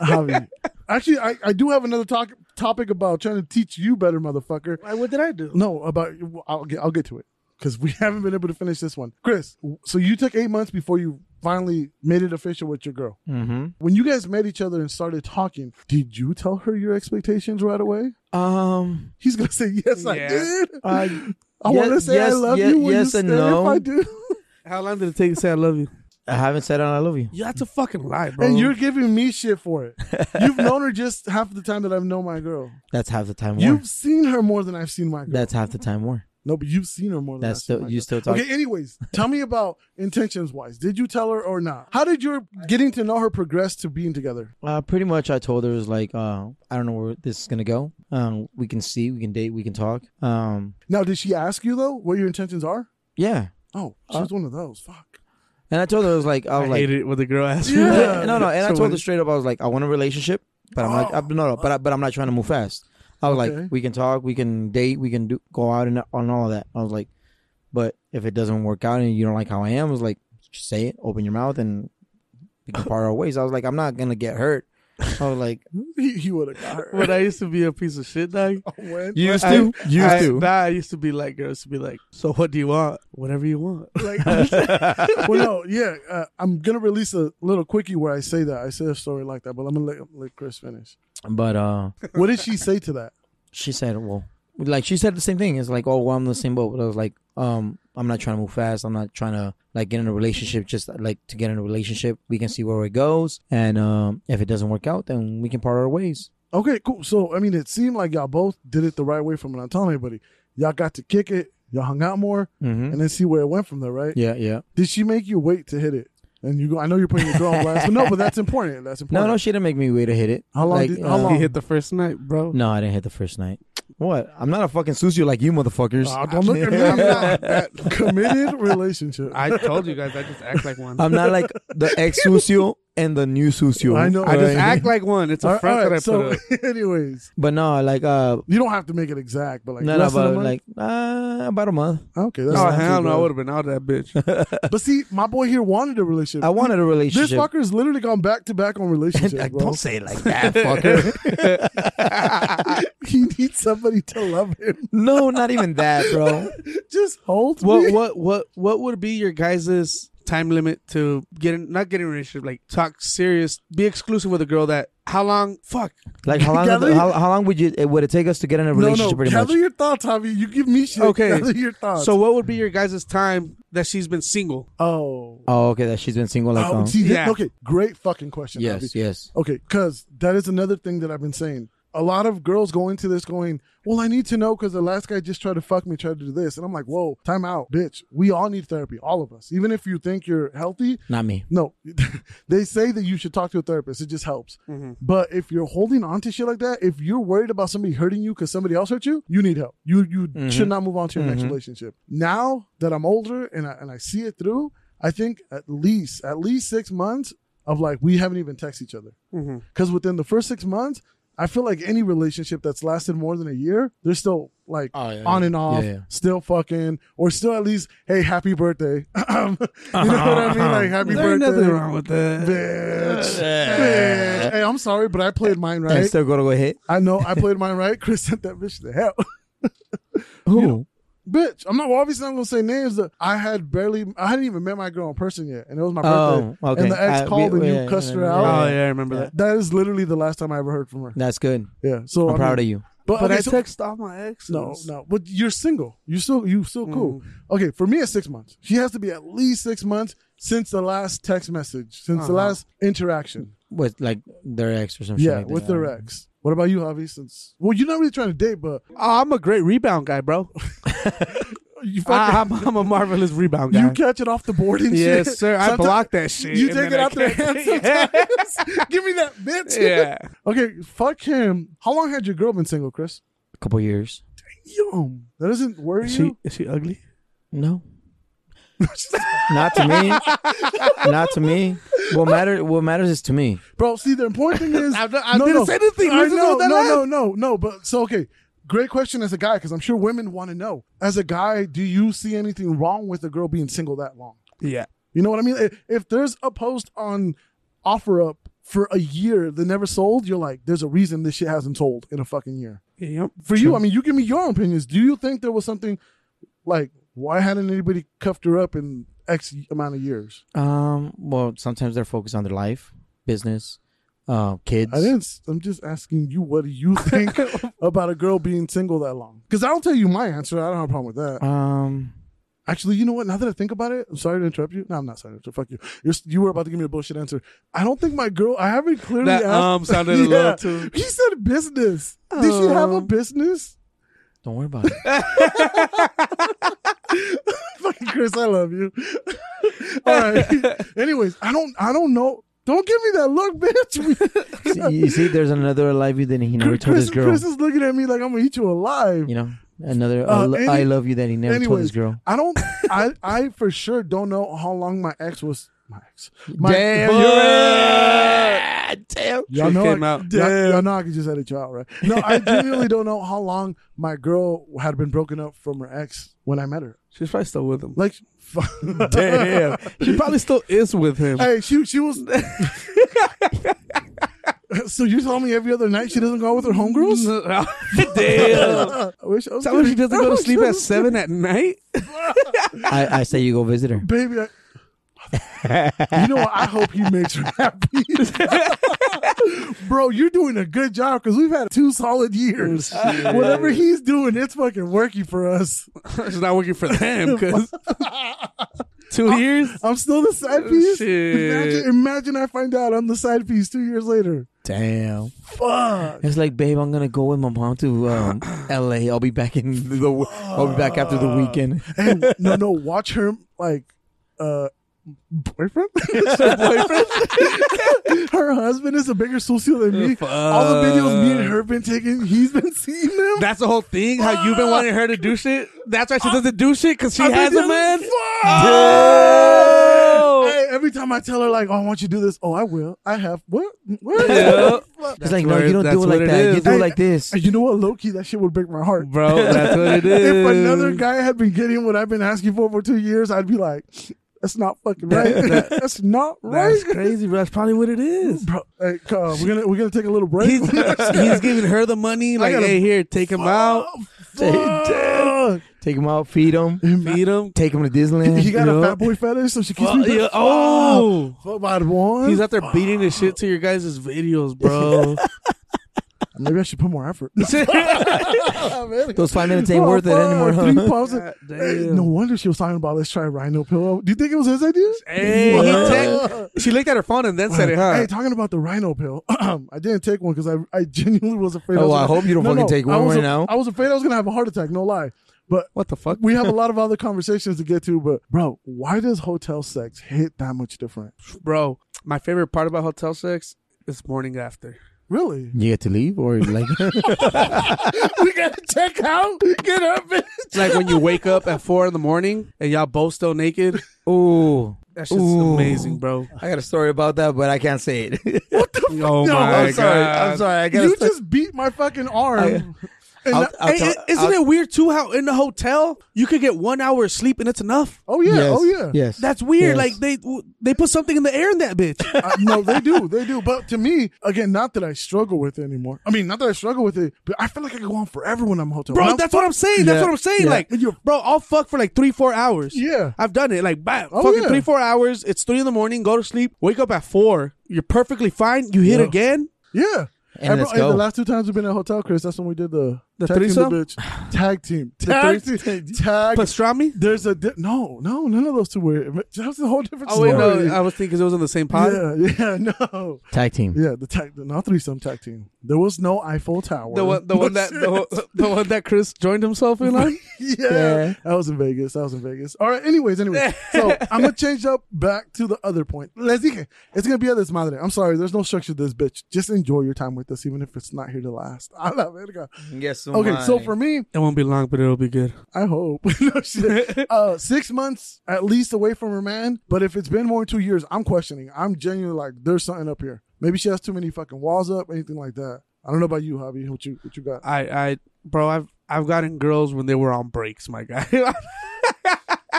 A: Javi. Actually, I, I do have another talk, topic about trying to teach you better, motherfucker.
C: what did I do?
A: No, about I'll get I'll get to it because we haven't been able to finish this one, Chris. So you took eight months before you finally made it official with your girl.
B: Mm-hmm.
A: When you guys met each other and started talking, did you tell her your expectations right away?
B: Um.
A: He's gonna say yes, I
C: Yeah.
A: did.
B: Uh,
A: I
B: Yes-
A: want to say
B: yes-
A: I love
B: ye-
A: you. Will
B: yes
A: you
B: and
A: stay
B: no.
A: If I do,
C: How long did it take to say I love you?
B: I haven't said I love you.
C: Yeah, that's a fucking lie, bro.
A: and you're giving me shit for it. You've known her just half the time that I've known my girl.
B: That's half the time more.
A: You've seen her more than I've seen my girl.
B: That's half the time more.
A: no, but you've seen her more than
B: That's
A: I've seen
B: still
A: my
B: you
A: girl.
B: still talk.
A: Okay, anyways, tell me about intentions wise. Did you tell her or not? How did your getting to know her progress to being together?
B: Uh, pretty much, I told her it was like, uh, I don't know where this is gonna go. Um, we can see, we can date, we can talk. Um,
A: Now, did she ask you though what your intentions are?
B: yeah.
A: Oh,
B: Uh,
A: she was one of those. Fuck.
B: And I told her I was like, I
C: I,
B: was like,
C: hate it when the girl asks me.
A: Yeah.
C: that.
B: no, no. And I
C: So Oh.
B: told her
C: when-
B: straight up, I was like, I want a relationship, but I'm like, I'm, no, no, but I, but I'm not trying to move fast. I was
A: Okay.
B: like, we can talk, we can date, we can do go out and on all of that. I was like, but if it doesn't work out and you don't like how I am, I was like, just say it, open your mouth, and we can part our ways. I was like, I'm not gonna get hurt. I was like,
A: He, he would have got her.
C: when I used to be a piece of shit, dog.
A: When-
B: used
C: I-
B: to, used
C: I,
B: to.
C: Nah, I used to be like girls to be like, so what do you want? Whatever you want.
A: like, well, no, yeah. Uh, I'm gonna release a little quickie where I say that. I say a story like that, but I'm gonna let, let Chris finish.
B: But uh,
A: What did she say to that?
B: she said, well, like she said the same thing. It's like, oh, well, I'm in the same boat. But I was like, um, I'm not trying to move fast. I'm not trying to like get in a relationship. Just like to get in a relationship, we can see where it goes, and um, if it doesn't work out, then we can part our ways.
A: Okay, cool. So I mean, it seemed like y'all both did it the right way from what I'm telling anybody. Y'all got to kick it. Y'all hung out more,
B: Mm-hmm.
A: and then see where it went from there, right?
B: Yeah, yeah.
A: Did she make you wait to hit it? And you go, I know you're putting your girl on blast, but no, but that's important. That's
B: No,
A: important.
B: no, she didn't make me wait to hit it.
A: How long
B: Like,
A: did-
B: uh,
A: how long?
C: He hit the first night, bro.
B: No, I didn't hit the first night. What? I'm not a fucking sucio like you motherfuckers.
A: Ah, don't look at me. I'm not that committed relationship. I,
C: I told you guys, I just act like one.
B: I'm not like the ex sucio and the new sucio.
A: I know.
C: I just
A: Right.
C: act like one. It's
A: all
C: a
A: right,
C: front
A: all
C: that I
A: right,
C: put
A: so,
C: up.
A: anyways,
B: But no, like uh,
A: you don't have to make it exact, but like,
B: no, no,
A: less than a
B: but
A: month?
B: like uh, about a month.
A: okay, that's
C: Oh
A: not too
C: hell no! I
A: bad.
C: would have been out of that bitch.
A: But see, my boy here wanted a relationship.
B: I wanted a
A: this
B: relationship.
A: fucker's literally gone back to back on relationships.
B: Like,
A: bro.
B: don't say it like that, fucker.
A: he needs somebody to love him.
B: no, not even that, bro.
A: Just hold
C: what
A: me.
C: what what what would be your guys' time limit to getting not getting a relationship? Like talk serious, be exclusive with a girl that how long? Fuck.
B: Like how long?
A: Gather-
B: how, how long would you? It, would it take us to get in a
A: No,
B: relationship?
A: no.
B: pretty
A: Gather
B: much.
A: your thoughts, Javi. You give me shit.
C: Okay.
A: Gather your thoughts.
C: So what would be your guys' time that she's been single?
A: oh.
B: Oh, okay. That she's been single like.
A: Oh,
B: um,
A: see, that-
C: Yeah.
A: Okay, great fucking question.
B: yes,
A: Javi.
B: yes.
A: Okay, because that is another thing that I've been saying. A lot of girls go into this going, Well, I need to know because the last guy just tried to fuck me, tried to do this. And I'm like, Whoa, time out, bitch. We all need therapy, all of us. Even if you think you're healthy,
B: Not me.
A: no, they say that you should talk to a therapist. It just helps.
B: Mm-hmm.
A: But if you're holding on to shit like that, if you're worried about somebody hurting you because somebody else hurt you, you need help. You you
B: Mm-hmm.
A: should not move on to your next relationship. Now that I'm older and I, and I see it through, I think at least at least six months of like we haven't even text each other
B: Mm-hmm.
A: because within the first six months. I feel like any relationship that's lasted more than a year, they're still like
B: Oh, yeah,
A: on
B: yeah.
A: and off,
B: Yeah, yeah.
A: still fucking, or still at least, hey, happy birthday. you know what I mean? Like, happy
C: There ain't
A: birthday
C: nothing wrong with that.
A: bitch. bitch. Hey, I'm sorry, but I played mine
B: And
A: right.
B: still go to go hit.
A: I know I played mine right. Chris sent that bitch to hell.
B: Who?
A: bitch, I'm not well, obviously I'm gonna say names. But I had barely, I hadn't even met my girl in person yet, and it was my birthday.
B: Oh, okay.
A: And the ex
B: I- we-
A: called and
B: yeah,
A: you cussed her
B: yeah,
A: out.
C: Oh yeah, I remember
B: Yeah.
C: that.
A: That is literally the last time I ever heard from her.
B: That's good.
A: Yeah, so
B: I'm
A: I
B: proud
A: mean-
B: of you.
A: But,
C: But
A: okay,
C: I
A: so-
C: Oh, text all my exes.
A: No, no. But you're single. You still you still cool.
B: Mm-hmm.
A: Okay, for me it's six months. She has to be at least six months since the last text message, since the
C: Uh-huh.
A: last interaction.
B: With like their ex or some shit.
A: Yeah,
B: like that.
A: with their ex. What about you, Javi? Since well, you're not really trying to date, but
C: Oh, I'm a great rebound guy, bro.
A: you fucking
C: I, am I'm a marvelous rebound Ah, guy.
A: you catch it off the board and shit.
C: yes, sir. I
A: Sometime-
C: block that shit.
A: You
C: and
A: take
C: then
A: it
C: I
A: out their hands
C: can't-
A: sometimes. Give me that bitch.
C: yeah.
A: okay, fuck him. How long had your girl been single, Chris?
B: A couple years.
A: Yo, that doesn't worry
C: Is she
A: you.
C: is she ugly?
B: No. Not to me. Not to me. What matter? What matters is to me.
A: Bro, see, the important thing is.
C: I'm not- I
A: no,
C: didn't
A: no.
C: say anything.
A: I
C: Listen to
A: know,
C: what
A: no,
C: that
A: no, no, no. But so, okay. Great question as a guy, because I'm sure women want to know. As a guy, do you see anything wrong with a girl being single that long?
C: Yeah.
A: You know what I mean? If, if there's a post on offer up for a year that never sold, you're like, there's a reason this shit hasn't sold in a fucking year.
C: Yep.
A: For you, I mean, you give me your own opinions. Do you think there was something like why hadn't anybody cuffed her up in X amount of years?
B: Um. Well, sometimes they're focused on their life, business, uh, kids.
A: I didn't. s- I'm just asking you, what do you think about a girl being single that long? Because I'll tell you my answer. I don't have a problem with that.
B: Um.
A: Actually, you know what? Now that I think about it, I'm sorry to interrupt you. No, I'm not sorry to interrupt. Fuck you. You're, you were about to give me a bullshit answer. I don't think my girl. I haven't clearly
C: That
A: asked.
C: um sounded a little too.
A: He said business. Did she have
B: Oh.
A: a
C: Um.
A: business?
B: Don't worry about it.
A: Fucking Chris, I love you. All right. Anyways, I don't. I don't know. Don't give me that look, bitch.
B: See, you see, there's another alive you that he never told
A: Chris,
B: his girl.
A: Chris is looking at me like I'm gonna eat you alive.
B: You know, another
A: Uh,
B: I, lo-
A: any-
B: I love you that he never told
A: Anyways,
B: his girl.
A: I don't. I I for sure don't know how long my ex was. My ex. My,
B: Damn,
A: But-
B: you're right. Damn.
A: Y'all
C: She
A: know,
C: came
A: I,
C: out.
A: Y'all, y'all know I could just edit you out, right? No, I genuinely don't know how long my girl had been broken up from her ex when I met her.
C: She's probably still with him.
A: Like, fu-
C: Damn. she probably still is with him.
A: hey, she she was. so you tell me every other night she doesn't go out with her homegirls?
C: Damn.
A: I wish I was
C: Tell her she
A: kidding.
C: doesn't
A: I
C: go to
A: wish
C: sleep
A: I
C: at
A: was
C: seven at night.
B: I, I say you go visit her.
A: kidding. baby. I, you know what? I hope he makes her happy, bro. You're doing a good job because we've had two solid years. Whatever he's doing, it's fucking working for us.
C: She's not working for them because two years.
A: I'm still the side piece.
C: shit.
A: Imagine, imagine I find out I'm the side piece two years later.
B: Damn.
A: Fuck.
B: It's like, babe, I'm gonna go with my mom to um, L.A. I'll be back in the. w- I'll be back after the weekend.
A: And no, no, watch her like uh boyfriend. her husband is a bigger socio than me.
C: Fuck.
A: All the videos me and her been taking, he's been seeing them.
C: That's the whole thing. How you've been wanting her to do shit. That's why she doesn't do shit because she
A: I've been
C: has a
A: doing-
C: man.
A: Fuck. Hey, every time I tell her like, "Oh, I want you to do this," oh, I will. I have what? What?
C: Yeah.
B: It's like, no,
C: where-
B: you don't
C: that's
B: do it
C: what
B: like
C: it
B: that. You
C: is.
B: do it
A: Hey,
B: like this.
A: You know what, Loki? That shit would break my heart.
C: Bro, that's what it is.
A: if another guy had been getting what I've been asking for for two years, I'd be like, that's not fucking right. that's not right.
C: That's crazy, bro. That's probably what it is.
A: Bro, hey, come on, we're gonna we're gonna take a little break.
C: He's, he's giving her the money, like,
A: gotta-
C: hey, here, take him out.
A: Fuck. fuck?
B: Take him out, feed him,
C: Feed him.
B: take him to Disneyland.
A: He got
B: you
A: a
B: know?
A: fat boy fetish, so she keeps me.
C: yeah,
A: Fuck.
C: oh.
A: fuck my one.
C: He's out there beating the shit to your guys' videos, bro.
A: Maybe I should put more effort.
B: Those five minutes ain't
A: Oh,
B: worth it
A: fuck,
B: anymore,
A: three
B: huh?
A: pumps.
C: God
A: Hey,
C: damn.
A: No wonder she was talking about let's try Rhino Pillow. Do you think it was his idea?
C: Hey, he te- she looked at her phone and then said it, huh?
A: Hey, talking about the Rhino Pill, I didn't take one because I, I genuinely was afraid.
B: Oh,
A: was
B: I
A: gonna-
B: hope you don't
A: No,
B: fucking
A: no,
B: take
A: I
B: one
A: was
B: right
A: a-
B: now.
A: I was afraid I was gonna have a heart attack. No lie, but
C: what the fuck?
A: we have a lot of other conversations to get to. But bro, why does hotel sex hit that much different?
C: Bro, my favorite part about hotel sex is morning after.
A: Really?
B: You get to leave or like
A: we gotta check out. Get up. bitch.
C: It's like when you wake up at four in the morning and y'all both still naked.
B: Ooh.
C: That shit's
B: Ooh.
C: amazing, bro.
B: I got a story about that, but I can't say it. What the
C: Oh
A: No,
C: my
A: I'm sorry,
C: god!
B: I'm sorry, I got
A: You just beat my fucking arm.
B: I-
A: And
B: I'll-
A: that-
B: I'll
C: Hey,
B: tell-
C: i- isn't
B: I'll-
C: it weird too how in the hotel you could get one hour of sleep and it's enough?
A: oh yeah.
B: Yes,
A: Oh yeah.
B: Yes.
C: That's
B: Yes.
C: weird. Like they they put something in the air in that bitch.
A: Uh, no, they do, they do. But to me, again, not that I struggle with it anymore. I mean, not that I struggle with it, but I feel like I can go on forever when I'm hotel. When
C: bro.
A: I'm
C: That's what I'm saying. That's
B: Yeah.
C: what I'm saying.
B: Yeah.
C: Like, bro, I'll fuck for like three, four hours.
A: Yeah.
C: I've done it. Like, bam,
A: Oh,
C: fucking
A: yeah.
C: three, four hours. It's three in the morning. Go to sleep. Wake up at four. You're perfectly fine. You hit
A: Yeah.
C: again.
A: Yeah.
B: And let's
A: the
B: go.
A: last two times we've been at hotel, Chris, that's when we did the,
C: The
A: tag team,
C: threesome?
A: the bitch. Tag team. Tag
C: threes-
A: team. Tag.
C: Pastrami.
A: there's a di- no, no, none of those two were. That's a whole different
C: Oh
A: story.
C: wait, no. I was thinking 'cause it was on the same pod.
A: yeah, yeah, no,
B: Tag team.
A: yeah. The tag, the not threesome tag team. There was no Eiffel Tower.
C: The one, the one that, the, one- the one that Chris joined himself in on.
A: yeah.
B: Yeah.
A: I was in Vegas. I was in Vegas. All right. Anyways, anyways. so I'm gonna change up back to the other point. Les dije, it's gonna be a desmadre. I'm sorry. There's no structure to this bitch. Just enjoy your time with us, even if it's not here to last. A la verga.
B: Yes.
A: Okay. So for me,
C: It won't be long, but it'll be good.
A: I hope. No shit. Uh, six months at least away from her man. But if it's been more than two years, I'm questioning. I'm genuinely like, there's something up here. Maybe she has too many fucking walls up, anything like that. I don't know about you, Javi. What you what you got?
C: I, I, bro, I've, I've gotten girls when they were on breaks, my guy.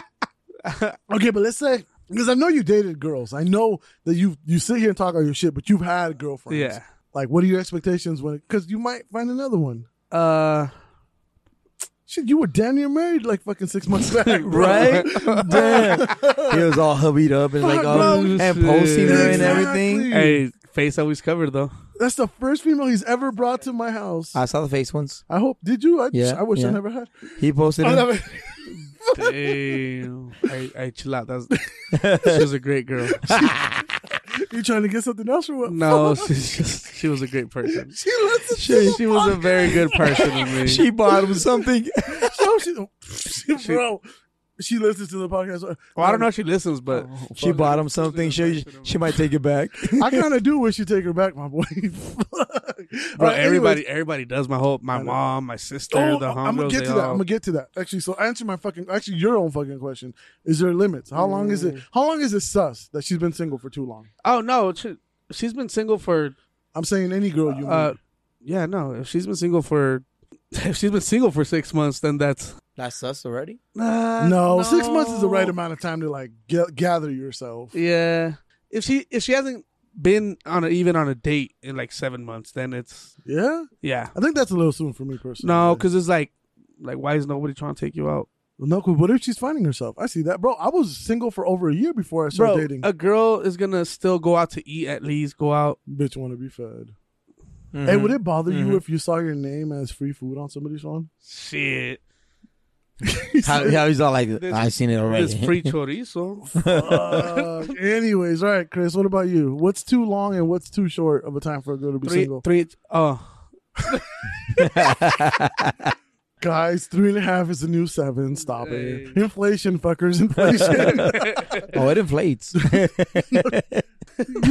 A: Okay, but let's say because I know you dated girls. I know that you you sit here and talk all your shit, but you've had girlfriends.
C: yeah.
A: Like, what are your expectations when? Because you might find another one.
C: Uh,
A: Shit, you were damn near married like fucking six months back, bro.
B: right? Damn. He was all hubbied up and like
A: Fuck,
B: all,
A: bro.
B: and posting her and everything.
A: Exactly.
C: hey, face always covered though.
A: That's the first female he's ever brought to my house. I,
B: I saw the face once.
A: hope. Did you? I,
B: Yeah,
A: I wish I
B: yeah.
A: never had.
B: He posted
A: I
B: it.
A: never-
C: Damn. hey, hey, chill out. That's she was a great girl.
A: you trying to get something else or what?
C: No, she's just she was a great person.
A: She listens.
C: She, she was a very good person to me.
B: She bought him something.
A: No, she, she, bro, she listens to the podcast.
C: Well, I don't know if she listens, but
A: Oh,
B: She bought him something. She she might take it back.
A: I kind of do wish you take her back, my boy. Fuck.
C: bro,
A: Alright, anyways.
C: everybody everybody does. My whole my mom, my sister, the
A: Oh,
C: homegirls.
A: I'm gonna get
C: they
A: to that. I'm
C: all-
A: gonna get to that. Actually, so answer my fucking actually your own fucking question. Is there limits? How long is it?
C: Mm.
A: How long is it sus that she's been single for too long?
C: oh no, she, she's been single for.
A: I'm saying any girl you meet.
C: Uh, yeah, no. If she's been single for, if she's been single for six months, then that's
B: That's us already.
C: uh,
A: no, six months is the right
C: no.
A: amount of time to like get, gather yourself.
C: Yeah. If she if she hasn't been on a, even on a date in like seven months, then it's
A: Yeah,
C: yeah.
A: I think that's a little soon for me personally.
C: No, because it's like like why is nobody trying to take you out,
A: no, 'cause what if she's finding herself? I see that, bro. I was single for over a year before I started
C: bro? uh,
A: dating.
C: A girl is gonna still go out to eat at least. Go out.
A: Bitch, want to be fed.
C: Mm-hmm.
B: Mm-hmm.
A: Hey, would it bother you if you saw your name as free food on somebody's phone?
C: Shit,
B: How, how he's all like,
C: This-
B: I seen it already.
C: it's free chorizo.
A: Fuck. anyways, all right, Chris. What about you? What's too long and what's too short of a time for a girl to be
C: three,
A: single?
C: three. Oh,
A: Guys, three and a half is the new seven. Stop it. Inflation, fuckers. Inflation.
B: oh, it inflates.
A: you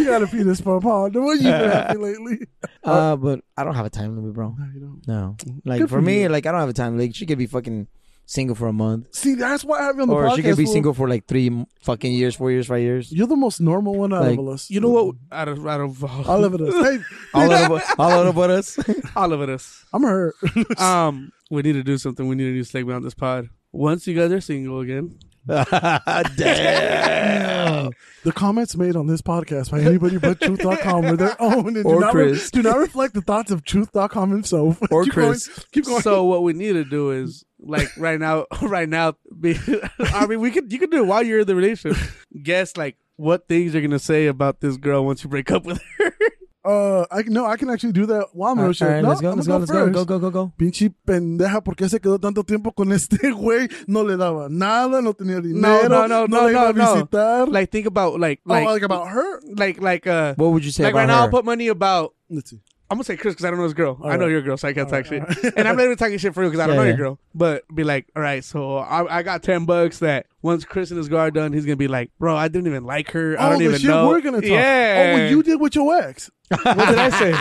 A: gotta feed this for Paul. What you been happy lately?
B: uh, but I don't have a time limit, bro.
A: No, you don't.
B: No, like
A: Good
B: for
A: for
B: me,
A: you.
B: like I don't have a time. Like she could be fucking single for a month,
A: See, that's why I have you on the
B: or
A: podcast.
B: she could be
A: fool.
B: single for like three m- fucking years, four years, five years.
A: You're the most normal one out
B: Like,
A: of us.
C: you know what? Out of out of uh, all,
A: All of us. Hey,
B: All out of all out about us.
C: all of us.
A: I'm hurt.
C: Um, we need to do something. We need a new segment on this pod. Once you guys are single again,
B: Damn.
A: The comments made on this podcast by anybody but truth.com are their own and do
B: Or
A: not, re-
B: Chris.
A: do not reflect the thoughts of truth.com himself.
B: Or
A: keep going,
B: Chris.
A: keep going.
C: So what we need to do is like right now, right now. Be, I mean, we could you could do it while you're in the relationship. Guess like what things you're gonna say about this girl once you break up with her.
A: Uh, I can, no, I can actually do that while I'm in a
B: All
A: relationship.
B: right,
A: Oh, no,
B: let's go,
A: I'm
B: let's go,
A: gonna
B: let's
A: go
B: go,
A: first.
B: go, go, go, go.
A: Pinche pendeja, ¿por qué se quedó tanto tiempo con este güey? No le daba nada, no tenía dinero,
C: no, no, no,
A: le iba a
C: no, no.
A: visitar.
C: Like think about like
A: Oh,
C: like
A: like about her?
C: like like uh
B: What would you say
C: like
B: about
C: right now.
B: her?
C: I'll put money about.
A: Let's see.
C: I'm gonna say Chris because I don't know his girl. I know
A: right.
C: your girl, so I can't talk
A: right,
C: shit. And I'm not even talking shit for you because I don't
B: Yeah,
C: know
B: yeah.
C: your girl. But be like, all right, so I, I got ten bucks that once Chris and his girl are done, he's gonna be like, bro, I didn't even like her. I
A: oh,
C: don't
A: the
C: even
A: shit
C: know.
A: we're gonna talk.
C: Yeah.
A: Oh, what you did with your ex?
C: what did I say?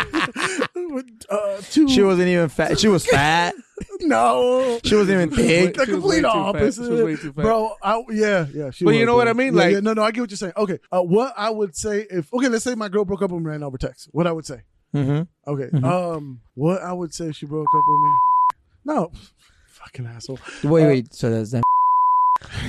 A: uh, two.
B: she wasn't even fat. She was fat.
A: no.
B: She wasn't even thick.
A: The
C: She was way
A: complete
C: too fat.
A: opposite,
C: She was way too fat.
A: bro. I, yeah, yeah. She
C: But
A: was,
C: you know
A: bro.
C: what I mean?
A: Yeah,
C: Like-
A: yeah, no, no. I get what you're saying. Okay, uh, what I would say if okay, let's say my girl broke up with me right now over text. What I would say?
B: Mm-hmm.
A: Okay, um, what I would say if she broke up with me? No, fucking asshole.
B: Wait, wait. So that's that.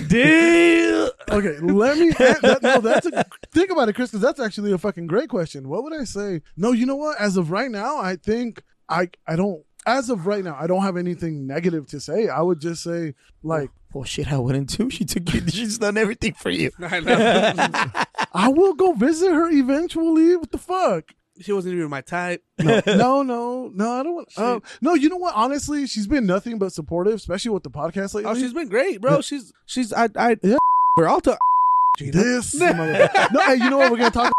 C: Dude.
A: Okay, let me. That, no, that's a, think about it, Chris, because that's actually a fucking great question. What would I say? No, you know what? As of right now, I think I I don't. As of right now, I don't have anything negative to say. I would just say like
B: Well, Oh, shit, I wouldn't too. She took you. She's done everything for you.
C: I know.
A: I will go visit her eventually. What the fuck?
C: she wasn't even my type.
A: No, no, no, no I don't want. Uh, no, you know what? Honestly, she's been nothing but supportive, especially with the podcast lately.
C: Oh, she's been great, bro. She's she's I I
A: Yeah.
C: we're all to
A: this. motherfucker. no, hey, you know what? We're gonna talk.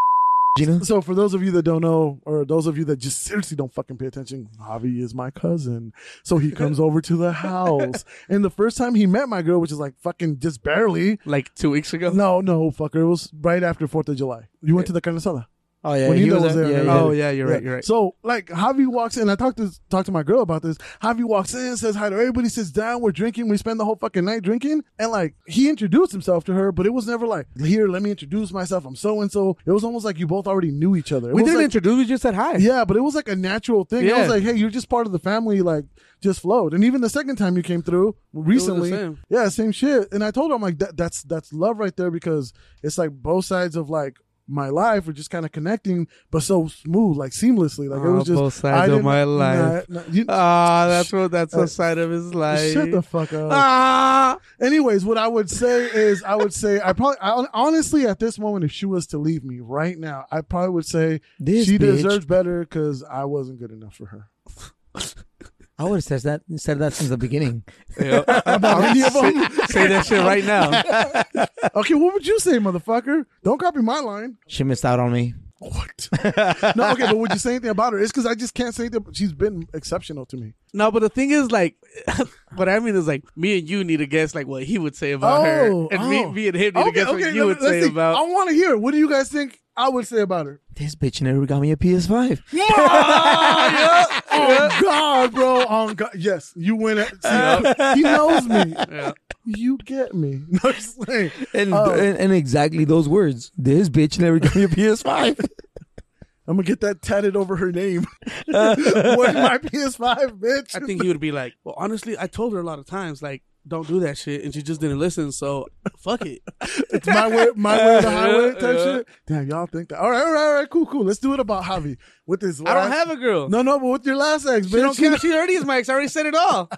B: Gina.
A: So, for those of you that don't know, or those of you that just seriously don't fucking pay attention, Javi is my cousin. So he comes over to the house, and the first time he met my girl, which is like fucking just barely.
C: like two weeks ago.
A: No, no, fucker, it was right after Fourth of July. You went to the carnesala.
B: Oh yeah,
A: When
B: he
A: Nino
B: was
A: was
B: there.
A: there,
B: Yeah,
A: yeah.
B: yeah.
C: Oh yeah, you're right.
A: Yeah.
C: You're right.
A: So like Javi walks in, I talked to talked to my girl about this. Javi walks in, says hi to everybody, sits down, we're drinking, we spend the whole fucking night drinking, and like he introduced himself to her, but it was never like here, let me introduce myself. I'm so and so. It was almost like you both already knew each other. It
C: we
A: was
C: didn't
A: like,
C: introduce. We just said hi.
A: yeah, but it was like a natural thing. It
C: Yeah.
A: was like, hey, you're just part of the family, like just flowed. And even the second time you came through recently,
C: same.
A: yeah, same shit. And I told her, I'm like, that, that's that's love right there because it's like both sides of like my life are just kind of connecting, but so smooth, like seamlessly. Like it
C: Oh,
A: was just
C: both sides of
A: didn't-
C: my life.
A: Nah, nah, you-
C: Ah, that's what that's
A: Uh,
C: the side of his life.
A: Shut the fuck up.
C: ah.
A: Anyways, what I would say is, I would say, I probably, I, honestly, at this moment, if she was to leave me right now, I probably would say
B: This
A: she
B: bitch.
A: deserves better because I wasn't good enough for her.
B: I would have said that. Said that since the beginning.
C: say, say that shit right now.
A: Okay, what would you say, motherfucker? Don't copy my line.
B: She missed out on me.
A: What? no, okay, but would you say anything about her? It's because I just can't say anything. She's been exceptional to me.
C: No, but the thing is, like, what I mean is, like, me and you need to guess, like, what he would say about
A: Oh,
C: her, and me,
A: oh.
C: me and him need to guess what you would
A: let's
C: say
A: see. Oh. I
C: about.
A: want to hear. What do you guys think I would say about her?
B: This bitch never got me a PS5.
C: Ah,
A: oh God, bro! On God, yes, you win it. See, He knows me.
C: Yeah.
A: You get me. No, I'm just saying.
B: And,
A: Oh.
B: and and exactly those words. This bitch never got me a PS5.
A: I'm gonna get that tatted over her name. Where's my PS5, bitch?
C: I think he would be like, well, honestly, I told her a lot of times, like, don't do that shit, and she just didn't listen. So fuck it.
A: It's my way, my way or the highway type
C: Yeah.
A: shit. Damn, y'all think that? All right, all right, all right, cool, cool. Let's do it about Javi with this.
C: I don't
A: last-
C: have a girl.
A: No, no, but with your last ex,
C: she don't
A: bitch.
C: care. She already is my ex. I already said it all.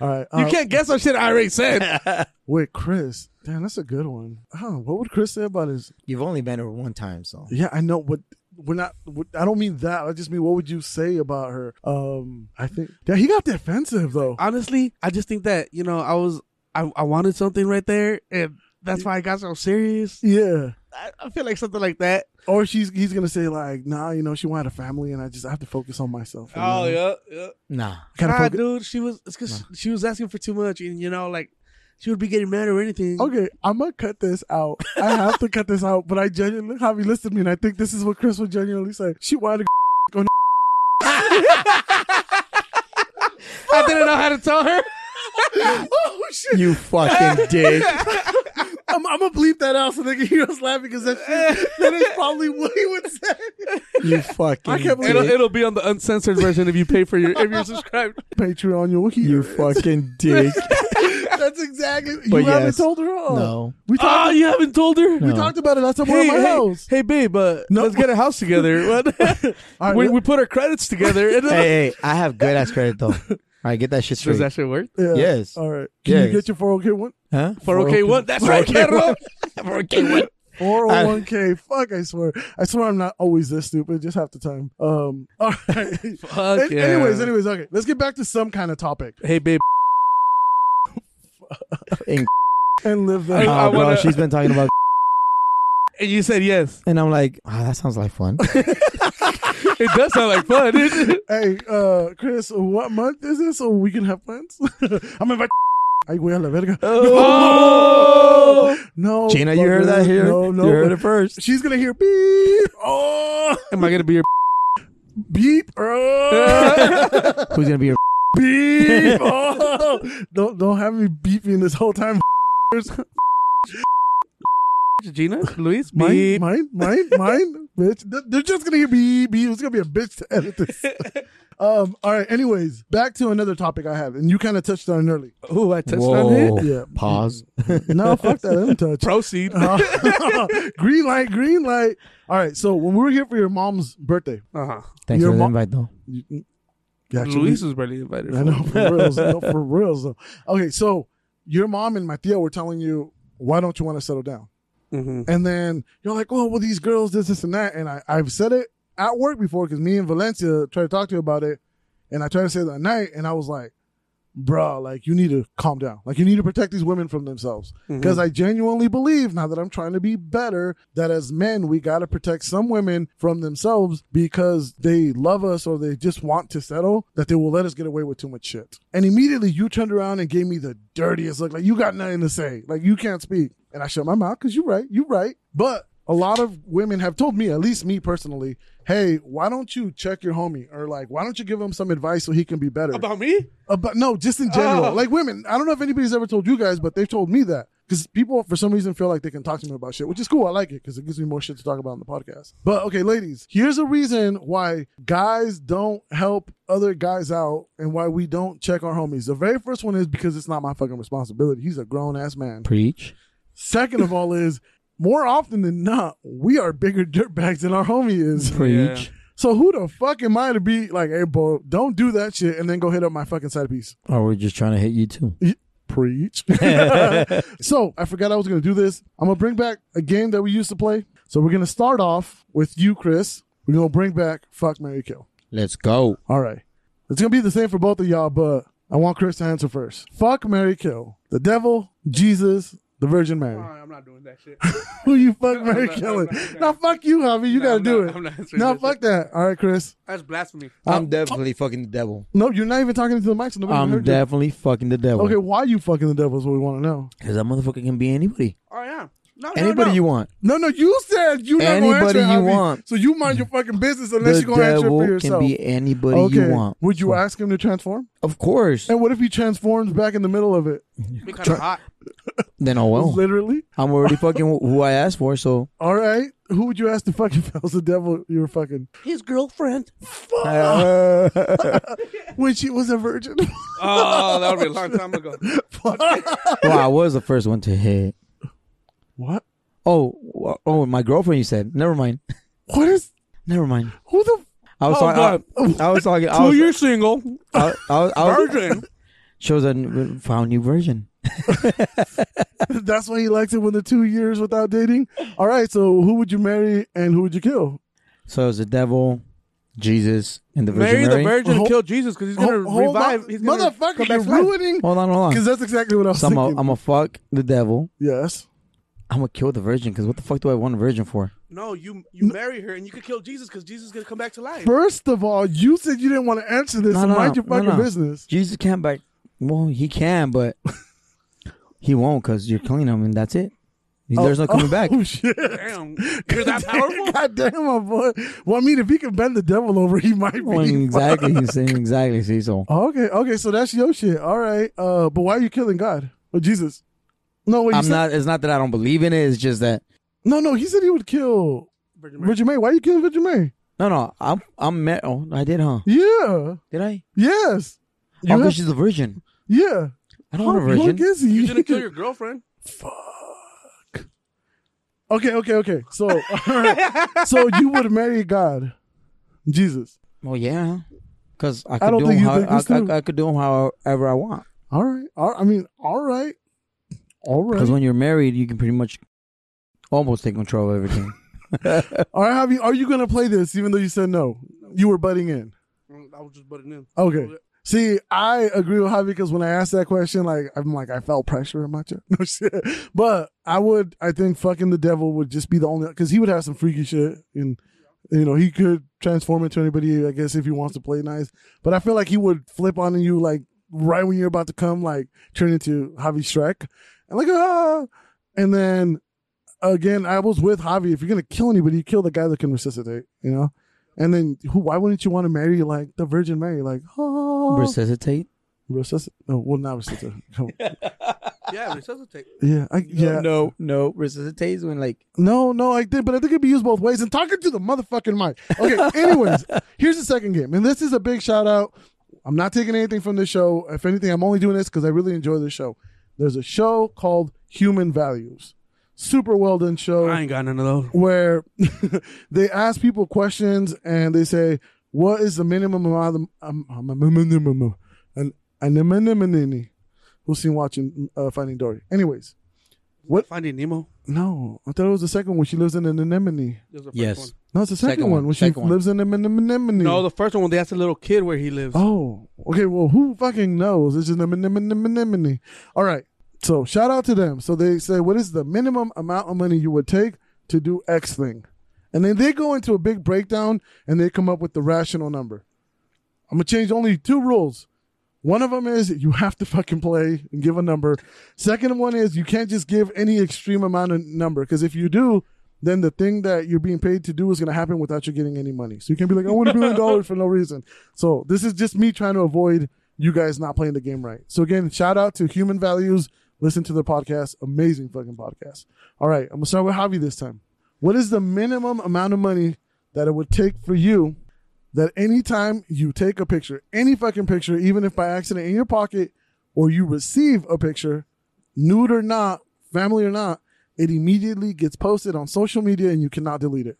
A: All right,
C: You
A: uh,
C: can't guess on shit I already said.
A: wait, Chris. Damn, that's a good one. Huh, what would Chris say about his?
B: You've only been her one time, so
A: Yeah, I know, but we're not. we- I don't mean that. I just mean what would you say about her? Um, I think. Yeah, he got defensive though.
C: Honestly, I just think that you know, I was, I, I wanted something right there, and that's why I got so serious.
A: yeah.
C: I, I feel like something like that.
A: Or she's he's gonna say like, nah, you know, she wanted a family, and I just I have to focus on myself. you know?
C: Oh, yeah, yeah.
B: nah.
A: I gotta
C: nah,
A: focus-
C: dude, she was it's 'cause she was asking for too much, and you know, like she would be getting mad or anything.
A: Okay, I'm gonna cut this out. I have to cut this out, but I genuinely, Javi, listen to me, and I think this is what Chris would genuinely say. She wanted to go.
C: I didn't know how to tell her.
A: oh shit!
B: You fucking dick.
A: I'm, I'm gonna bleep that out so they can hear us laughing because that shit, that is probably what he would say.
B: You fucking.
A: I can't believe
B: dick.
C: be on the uncensored version if you pay for your if you're subscribed.
A: Patreon, you'll hear.
B: You fucking dick.
A: That's exactly. You
B: But
A: haven't
B: yes.
A: told her. all.
B: No.
A: we
C: Ah,
A: talked.
C: you haven't told her?
A: we
B: No.
A: talked about it last time we were
C: Hey,
A: at my
C: hey,
A: house.
C: hey, babe, uh,
A: No.
C: let's get a house together. What?
A: All right,
C: we,
A: let-
C: we put our credits together. And,
B: hey, hey, I have good ass credit though. All right, get that shit straight.
C: Does that shit work?
A: yeah.
B: yes.
A: All right. Can
B: Yes.
A: you get your 401k one?
B: Huh?
C: For okay, what? That's right, Carol. For okay, what?
A: 401k. Fuck, I swear. I swear I'm not always this stupid, just half the time. Um, all right.
C: Fuck
A: An-
C: yeah.
A: Anyways, anyways, okay. Let's get back to some kind of topic
C: Hey, babe.
A: and live
B: Oh,
A: that.
C: I
B: bro,
C: wanna-
B: she's been talking about,
C: And you said yes.
B: and I'm like, oh, that sounds like fun.
C: It does sound like fun.
A: hey, uh, Chris, what month is this so we can have plans? I'm invite. Ay, güey, a la verga.
C: oh!
A: No.
B: Gina, you heard that
A: fucker.
B: here?
A: No, no.
B: you heard it first.
A: She's going to hear beep. Oh,
C: Am I going to be your
A: beep. Oh,
B: Who's gonna be your?
A: beep. Oh. Don't, don't have me beeping this whole time.
C: Gina? Luis?
A: Mine,
C: Beep.
A: mine, mine, mine, bitch. They're- They're just gonna hear beep, beep. It's gonna be a bitch to edit this. um, all right. Anyways, back to another topic I have, and you kind of touched on it early.
C: Ooh, I touched on
B: Whoa.
C: it.
A: Yeah.
B: Pause.
A: No, fuck that. I didn't touch.
C: Proceed.
A: Uh, green light, green light. All right. So when we were here for your mom's birthday,
C: Uh-huh.
B: Thanks
A: Your
B: for the
A: mo-
B: invite though.
A: you,
C: Luis was barely invited.
A: I know for reals. no, for reals. though. Okay. So your mom and my Thea were telling you, why don't you want to settle down?
C: Mm-hmm.
A: And then you're like, oh, well, these girls, this, this, and that. And I, I've said it at work before because me and Valencia tried to talk to you about it. And I tried to say that night. And I was like, bruh, like, you need to calm down. Like, you need to protect these women from themselves. Because I genuinely believe, now that I'm trying to be better, that as men, we got to protect some women from themselves because they love us or they just want to settle, that they will let us get away with too much shit. And immediately you turned around and gave me the dirtiest look like, you got nothing to say. Like, you can't speak. And I shut my mouth because you're right. You're right. But a lot of women have told me, at least me personally, hey, why don't you check your homie? Or like, why don't you give him some advice so he can be better?
C: About me?
A: About no, just in general,
C: Oh.
A: like women. I don't know if anybody's ever told you guys, but they've told me that because people, for some reason, feel like they can talk to me about shit, which is cool. I like it because it gives me more shit to talk about on the podcast. But okay, ladies, here's a reason why guys don't help other guys out and why we don't check our homies. The very first one is because it's not my fucking responsibility. He's a grown ass man.
B: Preach.
A: Second of all is. More often than not, we are bigger dirtbags than our homie is.
B: Preach.
A: So who the fuck am I to be like, hey, bro, don't do that shit and then go hit up my fucking side piece?
B: Or we're just trying to hit you too.
A: Preach. so I forgot I was going to do this. I'm going to bring back a game that we used to play. So we're going to start off with you, Chris. We're going to bring back Fuck Mary Kill.
B: Let's go.
A: All right. It's going to be the same for both of y'all, but I want Chris to answer first. Fuck Mary Kill. The devil, Jesus, the Virgin Mary.
C: I'm not doing that shit.
A: Who you fuck
C: I'm
A: Mary
C: not- I'm
A: killing?
C: not- I'm not.
A: Now fuck you, Javi. You
C: No,
A: got to
C: I'm
A: do
C: not-
A: it.
C: I'm not answering
A: No,
C: that
A: fuck that. All right, Chris.
C: That's blasphemy.
B: I'm definitely fucking the devil.
A: No, you're not even talking to the mic, so nobody
B: I'm
A: heard you.
B: definitely fucking the devil.
A: Okay, why you fucking the devil is what we want to know.
B: Because that motherfucker can be anybody.
C: Oh, yeah. No,
B: Anybody you want.
A: No, no, you said you not gonna answer
B: Anybody
A: it,
B: you
A: Javi.
B: want.
A: So you mind your fucking business unless
B: the
A: you're gonna answer it for
B: devil can
A: yourself.
B: be anybody
A: okay.
B: you want.
A: Would you ask him to transform?
B: Of course.
A: And what if he transforms back in the middle of it?
C: Be kind of hot.
B: Then oh well.
A: Literally.
B: I'm already fucking wh- who I asked for, so
A: All right. Who would you ask to fucking if that was the devil you were fucking
C: His girlfriend.
A: when she was a virgin?
C: Oh, that would be a long time ago.
B: well, I was the first one to hit.
A: what?
B: Oh, wh- oh, my girlfriend. You said. Never mind.
A: What is
B: Never mind.
A: who the
B: I was
C: Oh,
B: talking. I, I was talking. I
C: Two
B: was.
C: years single.
B: I, I, was- I was-
C: Virgin.
B: Shows a n- found new version.
A: that's why he likes it when they're two years without dating? All right, so who would you marry and who would you kill?
B: So it was the devil, Jesus, and the Virgin
C: Marry the
B: Mary.
C: Virgin and
A: Hold-
C: kill Jesus because he's going
A: Ho-
C: to revive.
A: on.
C: He's gonna
A: Motherfucker,
C: come
A: you're
C: back to life.
A: ruining
B: Hold on, hold on.
A: because that's exactly what I was
B: So I'm
A: thinking.
B: gonna I'm fuck the devil.
A: yes.
B: I'm gonna kill the virgin because what the fuck do I want a virgin for?
C: No, you you marry her and you could kill Jesus because Jesus is going to come back to life.
A: First of all, you said you didn't want to answer this.
B: No,
A: so
B: no,
A: mind
B: no,
A: your fucking
B: no, no.
A: business.
B: Jesus can't back. Well, he can, but he won't because you're killing him, and that's it. There's no coming back.
A: Oh shit!
C: Damn. You're that powerful?
A: God damn, my boy. Well, I mean, if he can bend the devil over, he might be.
B: Well, exactly, he's saying exactly. See,
A: Oh,
B: so
A: Okay, okay. So that's your shit. All right. Uh, but why are you killing God or Jesus? No, wait, you
B: I'm
A: said,
B: not. It's not that I don't believe in it. It's just that
A: No, no. He said he would kill
C: Virgin Mary.
A: Virgin Mary. Why are you killing Virgin Mary?
B: no, no. I'm I'm mar- Oh, I did, huh?
A: Yeah.
B: Did I?
A: Yes.
B: oh,
A: You
B: 'cause
A: have-
B: she's a virgin.
A: yeah.
B: I don't want a
A: How drunk
B: virgin.
A: is he?
C: You didn't kill your girlfriend.
A: Fuck. Okay, okay, okay. So, so you would marry God, Jesus.
B: Well, yeah, because I
A: don't
B: could do
A: think
B: them
A: you
B: how,
A: think
B: I,
A: this through.
B: I, I could do them however I want.
A: All right. All, I mean, all right. All right.
B: Because when you're married, you can pretty much almost take control of everything.
A: All right. Have you? Are you gonna play this? Even though you said no, you were butting in.
C: Mm, I was just butting in.
A: Okay. See, I agree with Javi because when I asked that question, like I'm like I felt pressure in my chest. No shit, but I would. I think fucking the devil would just be the only because he would have some freaky shit, and you know he could transform into anybody. I guess if he wants to play nice, but I feel like he would flip on you like right when you're about to come, like turn into Javi Shrek, and like ah, and then again, I was with Javi. If you're gonna kill anybody, you kill the guy that can resuscitate. You know. And then, who? Why wouldn't you want to marry like the Virgin Mary? Like, oh,
B: Resuscitate.
A: Resuscitate? No, well, not resuscitate. Come on.
C: Yeah, resuscitate.
A: yeah, I, yeah. No.
B: No, no, resuscitate is when like
A: no, I did, but I think it'd be used both ways. And talking to the motherfucking mic. Okay. Anyways, here's the second game, and this is a big shout out. I'm not taking anything from this show. If anything, I'm only doing this because I really enjoy this show. There's a show called Human Values. Super well done show.
C: I ain't got none of those.
A: where they ask people questions and they say, "What is the minimum amount of um, um, um, um, um, um, um, an an um, um, um, um, who's seen watching uh, Finding Dory?" Anyways,
C: Finding Nemo.
A: no, I thought it was the second one. She lives in an anemone.
C: There's the first
B: Yes.
C: one.
A: No, it's the second,
B: Second
A: one.
B: one,
A: When she
B: second one.
A: lives in an anemone.
C: No, the first one when they asked the little kid where he lives.
A: Oh, okay. Well, who fucking knows? It's just an anemone. All right. So shout out to them. So they say, what is the minimum amount of money you would take to do X thing? And then they go into a big breakdown and they come up with the rational number. I'm gonna change only two rules. One of them is you have to fucking play and give a number. Second one is you can't just give any extreme amount of number because if you do, then the thing that you're being paid to do is gonna happen without you getting any money. So you can be like, I want a billion dollars for no reason. So this is just me trying to avoid you guys not playing the game right. So again, shout out to Human Values. Listen to their podcast. Amazing fucking podcast. All right, I'm gonna start with Javi this time. What is the minimum amount of money that it would take for you that anytime you take a picture, any fucking picture, even if by accident in your pocket, or you receive a picture, nude or not, family or not, it immediately gets posted on social media and you cannot delete it.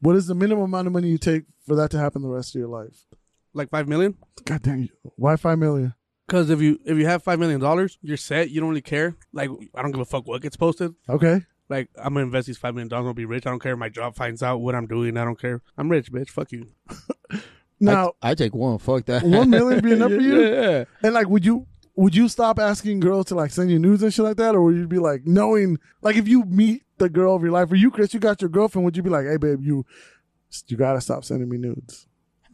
A: What is the minimum amount of money you take for that to happen the rest of your life?
C: Like five million.
A: God damn you. Why five million?
C: Because if you if you have five million dollars, you're set. You don't really care. Like I don't give a fuck what gets posted.
A: Okay.
C: Like I'm gonna invest these five million dollars. I'm gonna be rich. I don't care if my job finds out what I'm doing. I don't care. I'm rich, bitch. Fuck you.
A: Now,
B: I, I take one. Fuck that.
A: one million be enough for you?
B: Yeah.
A: And like, would you would you stop asking girls to like send you nudes and shit like that, or would you be like knowing like if you meet the girl of your life, or you Chris, you got your girlfriend, would you be like, hey babe, you you gotta stop sending me nudes?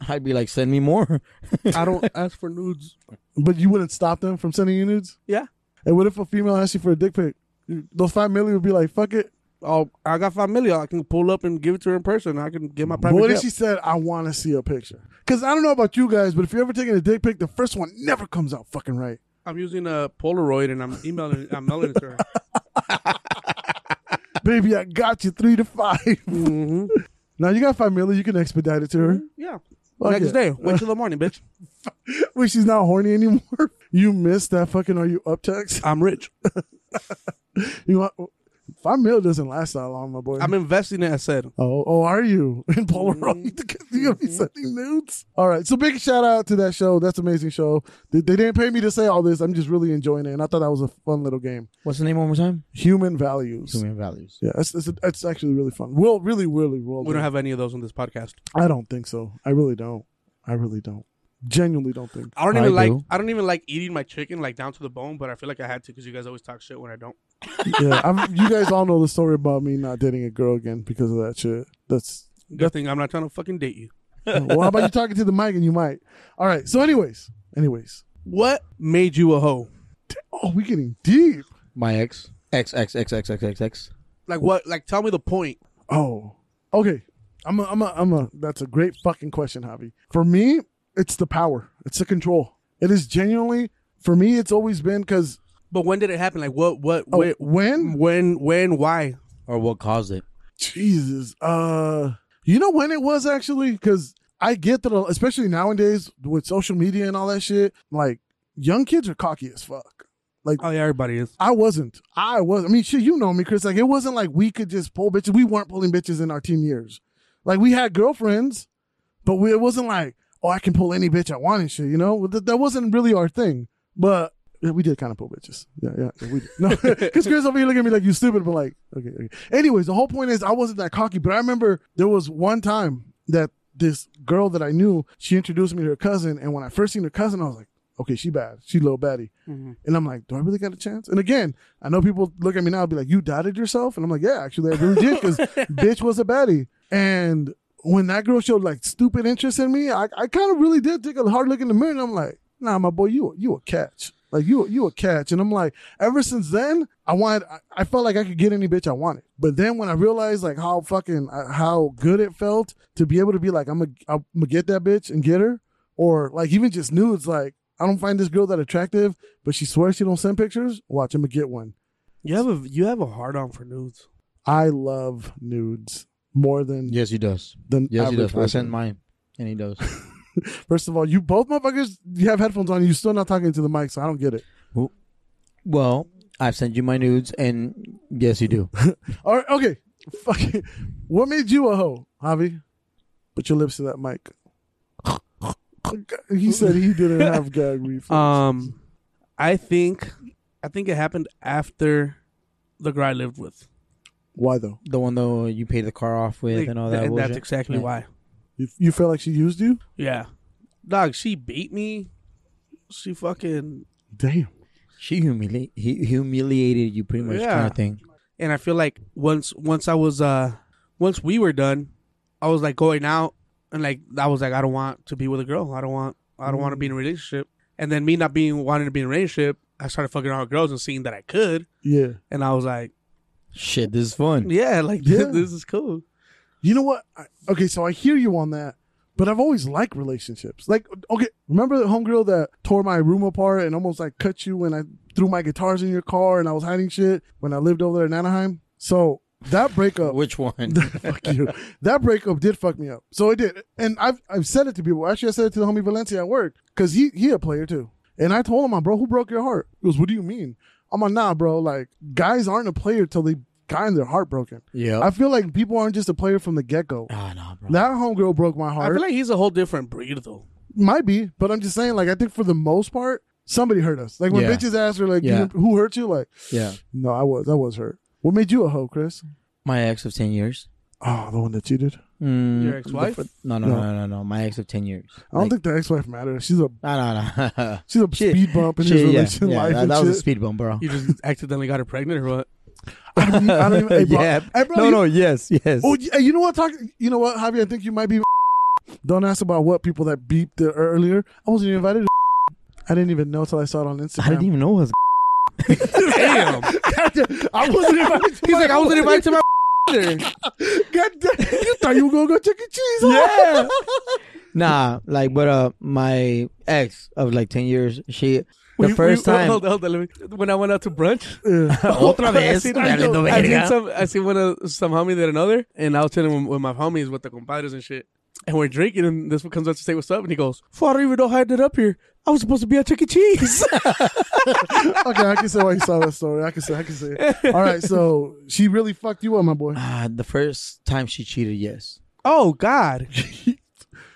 B: I'd be like, send me more.
C: I don't ask for nudes.
A: But you wouldn't stop them from sending you nudes.
C: Yeah.
A: And what if a female asked you for a dick pic? You- Those five million would be like, fuck it.
C: Oh, I got five million. I can pull up and give it to her in person. I can get my private.
A: What if
C: jet.
A: she said, I want to see a picture? Because I don't know about you guys, but if you're ever taking a dick pic, the first one never comes out fucking right.
C: I'm using a Polaroid and I'm emailing. I'm mailing it to her.
A: Baby, I got you three to five.
C: hmm
A: now you got five million, you can expedite it to her.
C: Yeah.
A: Fuck
C: Next
A: it.
C: day. Wait till the morning, bitch.
A: Wait, she's not horny anymore. You missed that fucking are you up text?
C: I'm rich.
A: You want five mil doesn't last that long, my boy.
C: I'm investing it. I Mm-hmm. said.
A: oh, oh, are you in Polaroid? you
C: Mm-hmm.
A: gonna be sending nudes? All right, so big shout out to that show. That's an amazing show. They, they didn't pay me to say all this. I'm just really enjoying it, and I thought that was a fun little game.
B: What's the name one more time?
A: Human values.
B: Human values.
A: Yeah, that's, that's, that's actually really fun. We'll really, really roll.
C: We don't have any of those on this podcast.
A: I don't think so. I really don't. I really don't. Genuinely don't think.
C: I don't
B: I
C: even like.
B: do.
C: I don't even like eating my chicken like down to the bone. But I feel like I had to because you guys always talk shit when I don't.
A: yeah, I'm, you guys all know the story about me not dating a girl again because of that shit. That's
C: Good thing I'm not trying to fucking date you.
A: well. How about you talking to the mic and you might? All right. So, anyways, anyways.
C: What made you a hoe?
A: Oh, we getting deep.
B: My ex. X X X X X X X.
C: Like what? Like tell me the point.
A: Oh, okay. I'm a, I'm a, I'm a. That's a great fucking question, Javi. For me, it's the power. It's the control. It is genuinely for me. It's always been because
C: But when did it happen? Like what? What?
A: oh,
C: where-
A: when
C: when? When? Why?
B: Or what caused it?
A: Jesus. Uh, you know when it was actually because I get that, especially nowadays with social media and all that shit. Like young kids are cocky as fuck. Like
C: Oh yeah, everybody is.
A: I wasn't. I was. I mean, shit, you know me, Chris. Like, it wasn't like we could just pull bitches. We weren't pulling bitches in our teen years. Like, we had girlfriends, but we, it wasn't like, oh, I can pull any bitch I want and shit. You know, that, that wasn't really our thing. But yeah, we did kind of pull bitches. Yeah, yeah, yeah, we did. No, because Chris over here looking at me like you stupid, but like, okay, okay. Anyways, the whole point is I wasn't that cocky, but I remember there was one time that this girl that I knew, she introduced me to her cousin, and when I first seen her cousin, I was like, okay, she bad, she little baddie. And I'm like, do I really got a chance? And again, I know people look at me now and be like, you doubted yourself? And I'm like, yeah, actually, I really did because bitch was a baddie. And when that girl showed like stupid interest in me, I, I kind of really did take a hard look in the mirror and I'm like, nah, my boy, you, a- you a catch. Like you, you a catch, and I'm like. Ever since then, I wanted. I- I felt like I could get any bitch I wanted. But then when I realized like how fucking uh, how good it felt to be able to be like, I'm gonna, I'm gonna get that bitch and get her, or like even just nudes. Like I don't find this girl that attractive, but she swears she don't send pictures. Watch, I'm gonna get one.
C: You have a you have a hard on for nudes.
A: I love nudes more than
B: Yes, he does.
A: than
B: Yes, he
A: average
B: does. I
A: person.
B: sent mine, and he does.
A: First of all, you both motherfuckers, you have headphones on. You're still not talking to the mic, so I don't get it.
B: well, I've sent you my nudes, and yes, you do.
A: All right, okay. Fuck it. What made you a hoe, Javi? Put your lips to that mic. He said he didn't have gag reflex.
C: Um, I think I think it happened after the girl I lived with.
A: why though?
B: The one though you paid the car off with
C: Like,
B: and all that.
C: and that's
B: bullshit.
C: exactly
B: Yeah.
C: why.
A: You, you feel like she used you?
C: Yeah, dog. She beat me. She fucking
A: Damn.
B: she humili- he humiliated you pretty much
C: Yeah.
B: kind of thing.
C: and I feel like once once I was uh once we were done, I was like going out and like I was like I don't want to be with a girl. I don't want I don't want to be in a
B: Mm.
C: relationship. And then me not being wanting to be in a relationship, I started fucking around with girls and seeing that I could.
A: Yeah.
C: And I was like,
B: Shit, this is fun.
C: yeah, like
A: Yeah.
C: this is cool.
A: You know what? I, okay, so I hear you on that, but I've always liked relationships. Like, okay, remember the homegirl that tore my room apart and almost like cut you when I threw my guitars in your car and I was hiding shit when I lived over there in Anaheim? So that breakup.
B: Which one?
A: fuck you. That breakup did fuck me up. So it did. And I've I've said it to people. Actually, I said it to the homie Valencia at work because he he a player too. And I told him, "I'm bro, who broke your heart?" He goes, "What do you mean?" I'm like, "Nah, bro. Like guys aren't a player till they gotten their heart broken.
B: yeah.
A: I feel like people aren't just a player from the get go.
B: Ah, nah, bro.
A: That homegirl broke my
C: I
A: heart.
C: feel like he's a whole different breed though.
A: Might be, but I'm just saying. Like I think for the most part, somebody hurt us. Like when
B: Yeah.
A: bitches ask her, like,
B: Yeah.
A: "You- "Who hurt you?" Like,
B: yeah.
A: no, I was, I was hurt. What made you a hoe, Chris?
B: My ex of ten years.
A: Oh, the one that cheated.
B: Mm,
C: Your ex-wife?
B: the fir- No, no,
A: No.
B: no, no, no, no. My ex of ten years.
A: I don't
B: Like,
A: think the ex-wife mattered. She's a
B: No, no, no.
A: She's a
B: Shit.
A: speed bump in
B: Shit,
A: his
B: yeah,
A: relation
B: yeah,
A: life.
B: that,
A: and
B: that was a
A: shit.
B: speed bump, bro.
C: You just accidentally got her pregnant or what?
A: I don't even. I don't even hey, bro.
B: yeah.
A: Hey, bro,
B: no,
A: you,
B: no. Yes, yes.
A: Oh, y- hey, you know what? Talk. You know what, Javi? I think you might be. Don't ask about what people that beeped the, earlier. I wasn't even invited. to I didn't even know till I saw it on
B: I didn't
A: Instagram.
B: even know it was.
C: Damn.
A: I wasn't invited.
C: he's like I wasn't invited to my dinner.
A: God damn, you thought you were gonna go check and cheese?
B: Yeah. Nah, like, but uh, my ex of like ten years, she the
C: We-
B: first
C: we-
B: time.
C: Hold on, hold on, let me- when I went out to brunch.
A: Yeah.
B: Otra
C: I
B: vez,
C: seen, I,
B: valiendo
C: I seen
B: verga.
C: some, I seen one of some homie that another, and I was chilling with, with my homies with the compadres and shit, and we're drinking, and this one comes up to say what's up, and he goes, "Fool, I don't even know how I ended up here. I was supposed to be at Chuck E. Cheese."
A: okay, I can say why you saw that story. I can say. I can say. It. All right, so she really fucked you up, my boy.
B: Ah, the first time she cheated, yes.
C: oh God,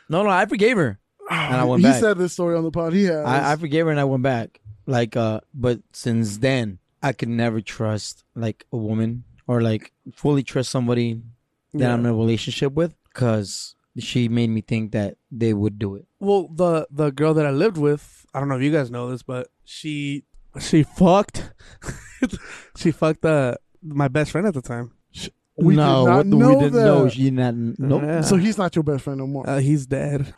B: No, no, I forgave her. And I went
A: he
B: back.
A: said this story on the pod. He has.
B: I, I forgave her and I went back. Like, uh, but since then, I could never trust like a woman or like fully trust somebody that
C: Yeah.
B: I'm in a relationship with because she made me think that they would do it.
C: well the the girl that I lived with, I don't know if you guys know this, but she she fucked, she fucked uh, my best friend at the time.
A: we
B: no,
A: did not
B: what the-
A: know
B: we didn't
A: that. Uh-huh.
B: know. She did not. Nope.
C: Yeah.
A: so he's not your best friend no more.
C: Uh, he's dead.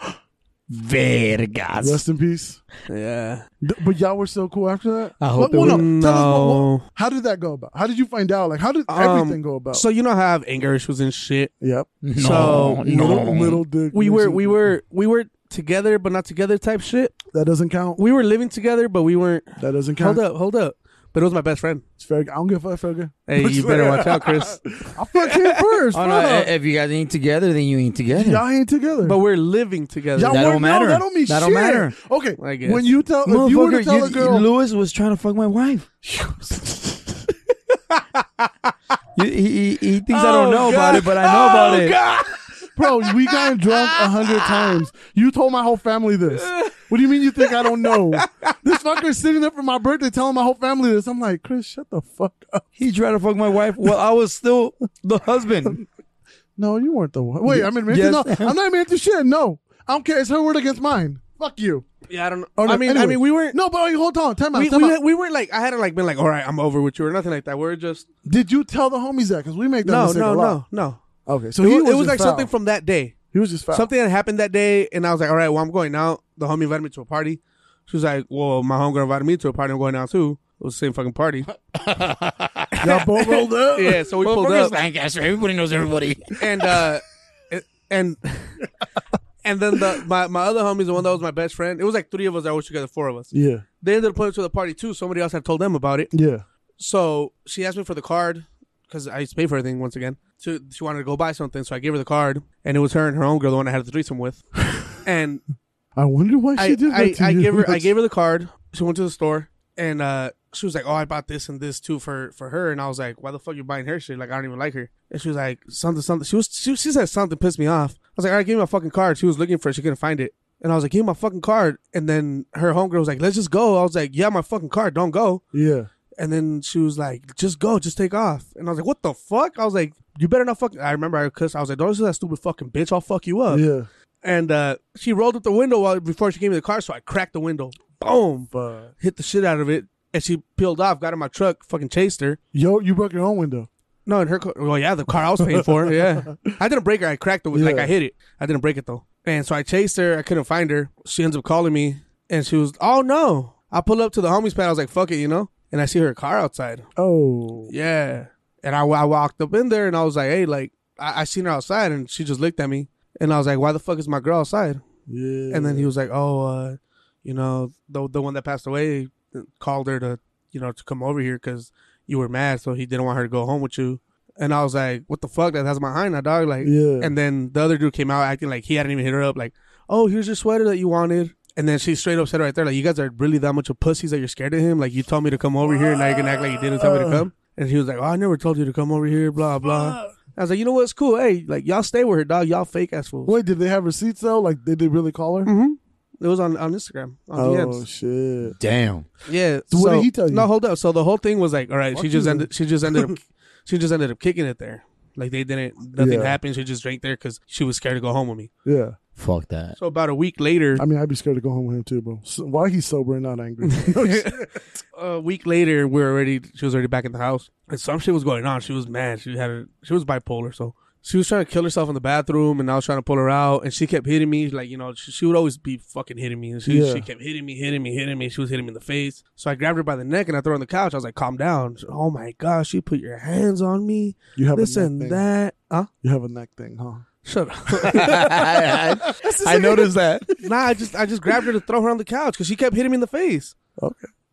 B: Vergas.
A: Rest in peace.
C: Yeah.
A: Th- But y'all were so cool after that.
B: I hope
A: But-
B: it
A: well,
B: was-
A: no, tell us what- what-
C: No.
A: how did that go about? How did you find out? Like, how did
C: Um,
A: everything go about?
C: So you know how I have anger issues and shit.
A: yep.
B: No,
C: so,
B: no.
A: Little, little dick.
C: we were
A: Nixon.
C: we were we were together but not together type shit.
A: That doesn't count.
C: We were living together but we weren't
A: That doesn't count.
C: hold up, hold up. But it was my best friend.
A: It's Ferg. I don't give a fuck, Ferg.
C: Hey, you better watch out, Chris.
A: I fuck him first.
B: Oh, no,
A: fuck.
B: i- if you guys ain't together, then you ain't together.
A: Y'all ain't together.
C: But we're living together.
A: Y'all
B: that
A: weren't-
B: don't matter.
A: No, that don't mean
B: That
A: shit.
B: don't matter.
A: Okay,
C: I guess.
A: when you tell if you were to
B: Motherfucker,
A: tell
B: you-
A: a girl,
B: Lewis was trying to fuck my wife. You- he, he, he thinks I don't
C: Oh,
B: know about
C: God.
B: it, but I know
A: Oh,
B: about it.
A: bro, we got drunk a hundred times. You told my whole family this. What do you mean you think I don't know? This fucker's sitting there for my birthday telling my whole family this. I'm like, Chris, shut the fuck up.
B: He tried to fuck my wife while I was still the husband.
A: No, you weren't the one. Wait, I'm admitting
B: Yes.
A: no. I'm not admitting to shit. No, I don't care. It's her word against mine. Fuck you.
C: Yeah, I don't know.
A: Oh, no,
C: I mean, I
A: anyway.
C: mean, we weren't.
A: No, but wait, hold on. Time out.
C: we,
A: time
C: we,
A: out.
C: we weren't like I hadn't like been like, all right, I'm over with you or nothing like that. We're just
A: Did you tell the homies that? Because we make that
C: no,
A: mistake
C: no,
A: a lot.
C: no, no.
A: No. Okay, so
C: It
A: he
C: was, it was
A: just
C: like
A: foul.
C: something from that day.
A: He was just foul.
C: Something that happened that day, and I was like, all right, well, I'm going out. The homie invited me to a party. She was like, well, my homegirl invited me to a party. I'm going out too. It was the same fucking party.
A: Y'all both rolled up.
C: yeah, so we pulled up.
B: Everybody knows everybody.
C: and uh and and then the my, my other homies, the one that was my best friend, it was like three of us that was together, four of us.
A: Yeah.
C: They ended up putting us to the party too. Somebody else had told them about it.
A: Yeah.
C: So she asked me for the card because I used to pay for everything once again. So she wanted to go buy something, so I gave her the card, and it was her and her own girl, the one I had the threesome with. And
A: I wonder why she
C: I,
A: did that
C: I,
A: to
C: I
A: you.
C: gave her I gave her the card. She went to the store and uh, she was like, "Oh, I bought this and this too for for her." And I was like, "Why the fuck you buying her shit? Like I don't even like her." And she was like, "Something, something." She was she, she said something pissed me off. I was like, "All right, give me my fucking card." She was looking for it. She couldn't find it. And I was like, "Give me my fucking card." And then her homegirl was like, "Let's just go." I was like, "Yeah, my fucking card. Don't go."
A: Yeah.
C: And then she was like, "Just go, just take off." And I was like, "What the fuck?" I was like, "You better not fucking." I remember I cussed. I was like, "Don't do that stupid fucking bitch. I'll fuck you up."
A: Yeah.
C: and uh, she rolled up the window while, before she gave me the car, so I cracked the window. Boom!
A: But
C: Hit the shit out of it, and she peeled off. Got in my truck, fucking chased her.
A: yo, you broke your own window.
C: No, in her car. Well, yeah, the car I was paying for. yeah, I didn't break her. I cracked it. with Like
A: Yeah.
C: I hit it. I didn't break it though. And so I chased her. I couldn't find her. She ends up calling me, and she was, "Oh no!" I pulled up to the homies pad. I was like, "Fuck it," you know. And I see her car outside.
A: Oh.
C: Yeah. And I, I walked up in there and I was like, "Hey, like I, I seen her outside," and she just looked at me. And I was like, "Why the fuck is my girl outside?"
A: Yeah.
C: and then he was like, "Oh, uh, you know, the the one that passed away called her to, you know, to come over here because you were mad, so he didn't want her to go home with you." And I was like, "What the fuck? That, that's my hyena, dog!" Like,
A: Yeah.
C: and then the other dude came out acting like he hadn't even hit her up, like, "Oh, here's your sweater that you wanted." And then she straight up said right there, like, "You guys are really that much of pussies that you're scared of him? Like, you told me to come over here, and now you're gonna act like you didn't tell me
A: Uh.
C: to come." And he was like, "Oh, I never told you to come over here, blah blah." I was like, "You know what's cool? Hey, like, y'all stay with her, dog. Y'all fake ass fools."
A: Wait, did they have receipts though? Like, did they really call her?
C: hmm It was on, on Instagram. On
A: Mm-hmm. Oh
C: DMs.
A: shit.
B: Damn.
C: Yeah.
A: So what did he tell you?
C: No, hold up. So the whole thing was like, all right,
A: Fuck
C: she just
A: you.
C: ended. She just ended up. she just ended up kicking it there. Like they didn't. Nothing
A: Yeah.
C: happened. She just drank there because she was scared to go home with me.
A: Yeah.
B: Fuck that.
C: So about a week later,
A: I mean, I'd be scared to go home with him too, bro. So, why he's sober and not angry?
C: a week later, we're already. She was already back in the house, and some shit was going on. She was mad. She had. A, she was bipolar. So. She was trying to kill herself in the bathroom, and I was trying to pull her out, and she kept hitting me. Like you know, she, she would always be fucking hitting me, and she,
A: Yeah.
C: she kept hitting me, hitting me, hitting me. She was hitting me in the face. So I grabbed her by the neck and I threw her on the couch. I was like, "Calm down." She- oh my gosh, you put your hands on me.
A: You have
C: this
A: a neck
C: and
A: thing.
C: that. Huh?
A: You have a neck thing, huh?
C: Shut up.
B: I, noticed that.
C: nah, I just I just grabbed her to throw her on the couch because she kept hitting me in the face.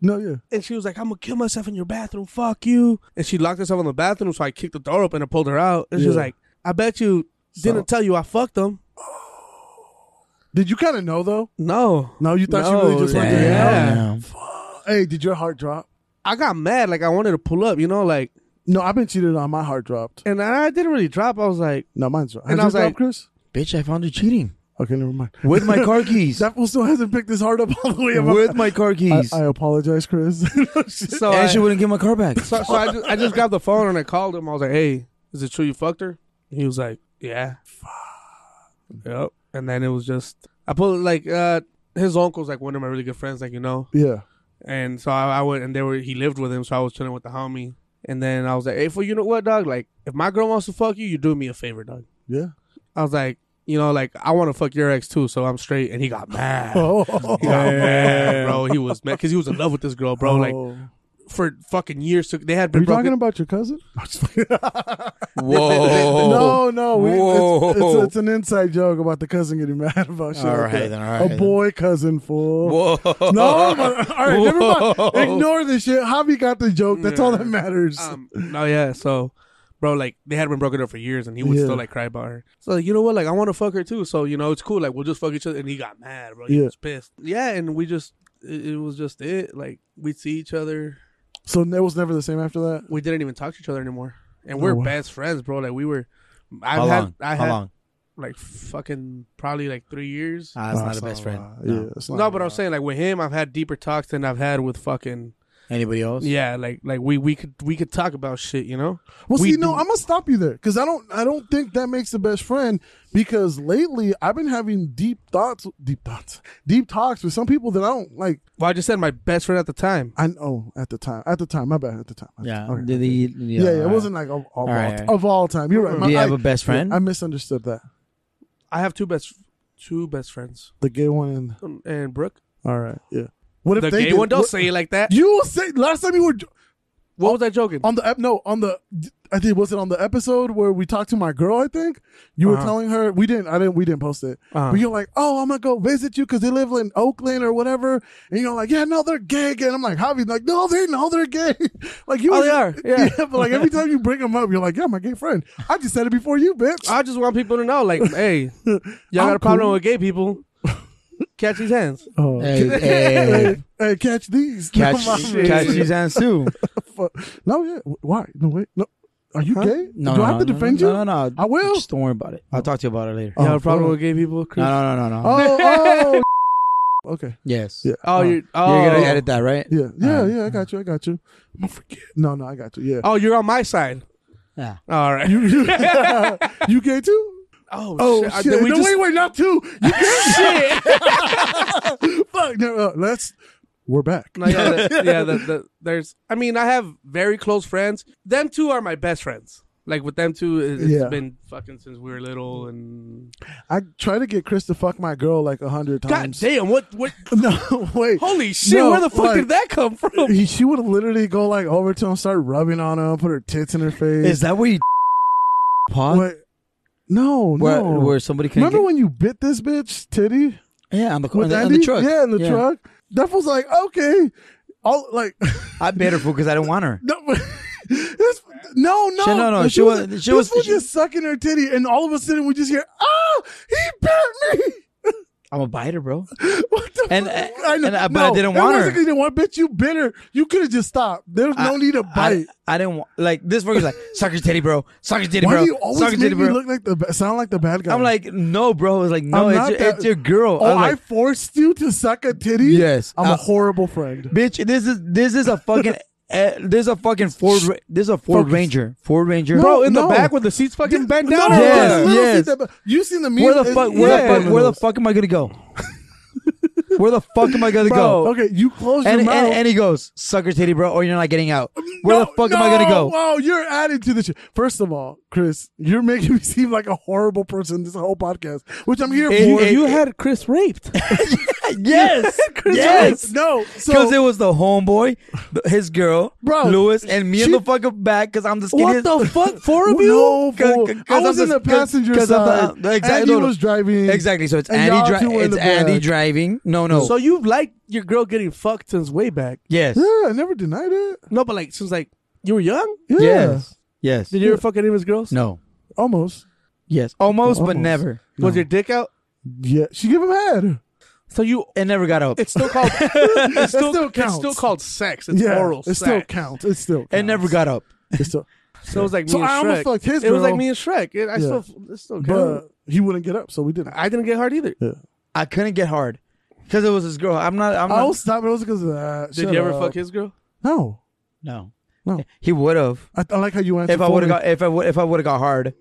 A: No, yeah.
C: And she was like, I'm gonna kill myself in your bathroom, fuck you. And she locked herself in the bathroom, so I kicked the door open and pulled her out. And she was
A: Yeah.
C: like, I bet you didn't tell you I fucked him.
A: Did you kind of know though?
C: No.
A: No, you thought
C: No,
A: you really just wanted to
C: damn.
A: know.
B: Yeah.
A: Hey, did your heart drop?
C: I got mad, like I wanted to pull up, you know, like
A: No, I've been cheated on. My heart dropped.
C: and I didn't really drop. I was like,
A: No, mine's dropped. Has
C: And I
A: yours
C: was
A: dropped,
C: like-
A: Chris?
B: Bitch, I found you cheating
A: Okay, never mind.
B: with my car keys.
A: That fool still hasn't picked his heart up all the way up.
B: with my car
A: I,
B: keys.
A: I apologize, Chris.
C: so I,
B: and she wouldn't give my car back.
C: so, so I, just, I just grabbed the phone and I called him. I was like, "Hey, is it true you fucked her?" He was like, "Yeah." Yep. And then it was just I pulled like uh his uncle's like one of my really good friends, like you know.
A: yeah.
C: And so I, I went and they were he lived with him, so I was chilling with the homie. And then I was like, "Hey, for you know what, dog? Like, if my girl wants to fuck you, you do me a favor, dog."
A: Yeah.
C: I was like, you know, like I want to fuck your ex too, so I'm straight. And he got mad.
A: Oh.
C: He got mad, bro. He was mad because he was in love with this girl, bro. Like
A: Oh.
C: for fucking years. To, they had
A: Are
C: been
A: you talking
C: broken.
A: about your cousin? I'm just fucking-
B: Whoa.
A: no, no. We, it's,
B: Whoa.
A: it's, it's an inside joke about the cousin getting mad about shit.
B: All
A: like
B: right
A: that.
B: then, all right
A: A
B: then.
A: boy cousin fool.
B: Whoa.
A: No, but, all right,
B: Whoa. Mm.
A: never mind. Ignore this shit. Javi got the joke. That's all that matters.
C: Um, no, yeah. So, bro, like they had been broken up for years, and he would
A: Yeah.
C: still like cry about her. So, like, you know what? Like, I want to fuck her too. So, you know, it's cool. Like, we'll just fuck each other. And he got mad, bro. He
A: Yeah.
C: was pissed. Yeah, and we just it, it was just it. Like, we'd see each other.
A: so it was never the same after that.
C: We didn't even talk to each other anymore, and
A: No
C: we're
A: way.
C: best friends, bro. Like, we were. I
B: How
C: had
B: long?
C: I
B: How
C: had
B: long?
C: like fucking probably like three years.
B: Ah, it's
A: Nah,
B: not a best
A: a
B: friend.
A: lot.
B: No.
A: Yeah, it's not
C: no,
A: a
C: but I'm
A: lot.
C: saying like with him, I've had deeper talks than I've had with fucking
B: Anybody else?
C: yeah. Like like we we could we could talk about shit, you know.
A: Well,
C: We
A: see, no,
C: do-
A: I'm gonna stop you there because I don't, I don't think that makes the best friend. Because lately, I've been having deep thoughts, deep thoughts, deep talks with some people that I don't like.
C: Well, I just said my best friend at the time.
A: I know at the time, at the time, my bad, at the time. at the
B: Yeah.
A: time. Okay.
B: Did he-
A: yeah, yeah, it
B: alright.
A: wasn't like of, of all,
B: right.
A: ti- of all time. You're right.
B: Do you
A: I,
B: have a best friend?
A: I misunderstood that.
C: I have two best two best friends,
A: The gay one and
C: Um, and Brooke.
A: all right, yeah. What if
C: The
A: they
C: gay
A: did-
C: one. Don't
A: what-
C: say it like that.
A: You say last time you were
C: what was I joking?
A: on the ep- no on the I think was it on the episode where we talked to my girl I think you were
C: Uh-huh.
A: telling her we didn't I didn't we didn't post it
C: Uh-huh.
A: but you're like oh I'm gonna go visit you because they live in Oakland or whatever and you're like yeah no they're gay again I'm like Javi like no they know they're gay like you
C: Oh,
A: were-
C: they are, yeah.
A: but like every time you bring them up you're like yeah my gay friend I just said it before you bitch
C: I just want people to know, like, hey, y'all got a problem with gay people? Catch these hands.
A: Oh.
B: Hey, hey,
A: Hey, hey, catch these
B: catch,
A: no, my-
B: catch these hands too.
A: Fuck. no yeah why no wait no are you
B: Huh?
A: gay
B: No,
A: do
B: no,
A: I have
B: no,
A: to defend
B: no,
A: you
B: No, no, no.
A: I will.
B: Just don't worry about it. I'll talk to you about it later.
A: Oh,
C: y'all got a problem
A: fuck.
C: with gay people? Chris?
B: No, no, no, no, no.
A: oh oh okay.
B: yes.
A: Yeah.
C: oh, you're oh,
B: You're gonna edit that, right?
A: Yeah, yeah,
B: Uh,
C: Um,
A: yeah. I got you. I got you. I'm gonna forget. No, no, I got you. Yeah.
C: Oh, you're on my side.
B: Yeah.
C: All right.
A: You, you, you gay too?
C: Oh,
A: Oh
C: shit.
A: shit!
C: Did we
A: no,
C: just-
A: wait, wait, not two. You gay? shit! Fuck. No, no, let's. We're back.
C: No, yeah, the, yeah. The, the, there's, I mean, I have very close friends. Them two are my best friends. Like with them two, it, has
A: Yeah.
C: been fucking since we were little. And
A: I try to get Chris to fuck my girl like a hundred
C: God
A: times.
C: damn, what, what?
A: No, wait.
C: Holy shit!
A: No,
C: where the fuck
A: like-
C: did that come from?
A: He, she would literally go like over to him, start rubbing on him, put her tits in her face.
B: Is that where you paw?
A: what? No,
B: Where,
A: no.
B: where somebody can
A: Remember when you bit this bitch titty?
B: yeah on the, on
A: with
B: the, on
A: Andy?
B: the truck
A: Yeah, in the truck. That was like, okay. All like
B: I bit her fool because I didn't want her.
A: no this- no, no.
B: She- no, no, she was- she
A: this
B: was-
A: fool
B: she-
A: just sucking her titty and all of a sudden we just hear, Ah, he bit me.
B: I'm a biter, bro.
A: What the
B: And-
A: fuck?
B: and- and I- but I didn't
A: it
B: want
A: wasn't
B: her.
A: 'cause You didn't want bitch, you bit her. You could have just stopped. There's no
B: I-
A: need to
B: I,
A: bite.
B: I didn't want like this. Fucker's like suck your titty, bro. Suck your titty,
A: Why
B: bro.
A: do you always
B: suck your
A: make
B: titty,
A: me
B: bro.
A: look like the ba- sound like the bad guy?
B: I'm like no, bro. It's like no,
A: I'm
B: it's
A: not
B: your,
A: that-
B: it's your girl.
A: Oh,
B: I
A: I,
B: was like,
A: forced you to suck a titty?
B: Yes.
A: I'm
B: Uh,
A: a horrible friend.
B: bitch. This is this is a fucking. Uh, there's a fucking Ford. Ra- There's a Ford
A: Focus.
B: Ranger. Ford Ranger.
A: No,
C: Bro, in
A: no.
C: the back with the seats fucking bent
A: No,
C: down.
A: no,
C: or
B: Yes,
A: no,
C: what?
A: no, no,
B: yes.
A: see that- You seen the meme?
B: where the
A: It's-
B: fuck? Where
A: yeah.
B: the fuck? Where the fuck am I gonna go? where the fuck am I gonna
C: Bro,
B: go?
A: Okay, you close your
B: And,
A: mouth.
B: and and he goes sucker titty, bro. Or you're not getting out. Where the
A: No,
B: fuck am I gonna
A: no,
B: go?
A: Wow, you're adding to the shit. First of all, Chris, you're making me seem like a horrible person this whole podcast, which I'm here
B: It-
A: for.
B: it-
C: You had Chris raped.
B: yes, yes.
A: no,
B: Because
A: so
B: it was the homeboy, th- his girl,
A: Bro,
B: Lewis, and me in
A: she-
B: the fucking back because I'm the
A: what
B: skinniest.
A: the fuck? Four of
B: Well,
A: you?
B: no,
A: Cause-
B: fool.
A: cause-
B: 'Cause
A: I was
B: I'm
A: in the
B: the- 'cause-
A: passenger
B: 'cause I'm the-
A: side.
B: uh, exactly,
A: Andy
B: no, no.
A: was driving.
B: Exactly. So it's
A: And
B: Andy.
A: y'all two
B: Dri-
A: were in
B: it's
A: the
B: Andy
A: back.
B: driving. No, no.
C: So you've liked your girl getting fucked since way back.
B: yes.
A: Yeah, I never denied it.
C: No, but like since like you were young.
A: Yeah,
B: Yes. Yes.
C: Did you ever fuck any of his girls?
B: No.
A: almost.
B: Yes. Almost, but
A: Almost.
B: never.
C: Was your dick out?
A: Yeah, she gave him head.
C: So you.
B: It never got up.
C: It's still called. it's still,
A: still
C: It's
A: counts.
C: still called sex. It's
A: Yeah,
C: oral
A: it
C: sex.
A: still counts. It still. Counts.
B: It never got up.
A: It's still,
C: So it was like me
A: so
C: and
A: I almost
C: Shrek.
A: fucked his
C: it
A: girl,
C: was like me and Shrek. It,
A: Yeah.
C: I still, it still counted.
A: but he wouldn't get up, so we didn't.
C: I didn't get hard either.
B: I couldn't get hard because it was his girl. I'm not. I'm
A: I
B: not.
A: will stop. It was because of that.
C: Did
A: Shut
C: you ever
A: up.
C: fuck his girl?
A: No.
B: no.
A: No.
B: He would have
A: I, I like how you answered.
B: if I
A: for
B: would have
A: me.
B: got if I would if I would have got hard.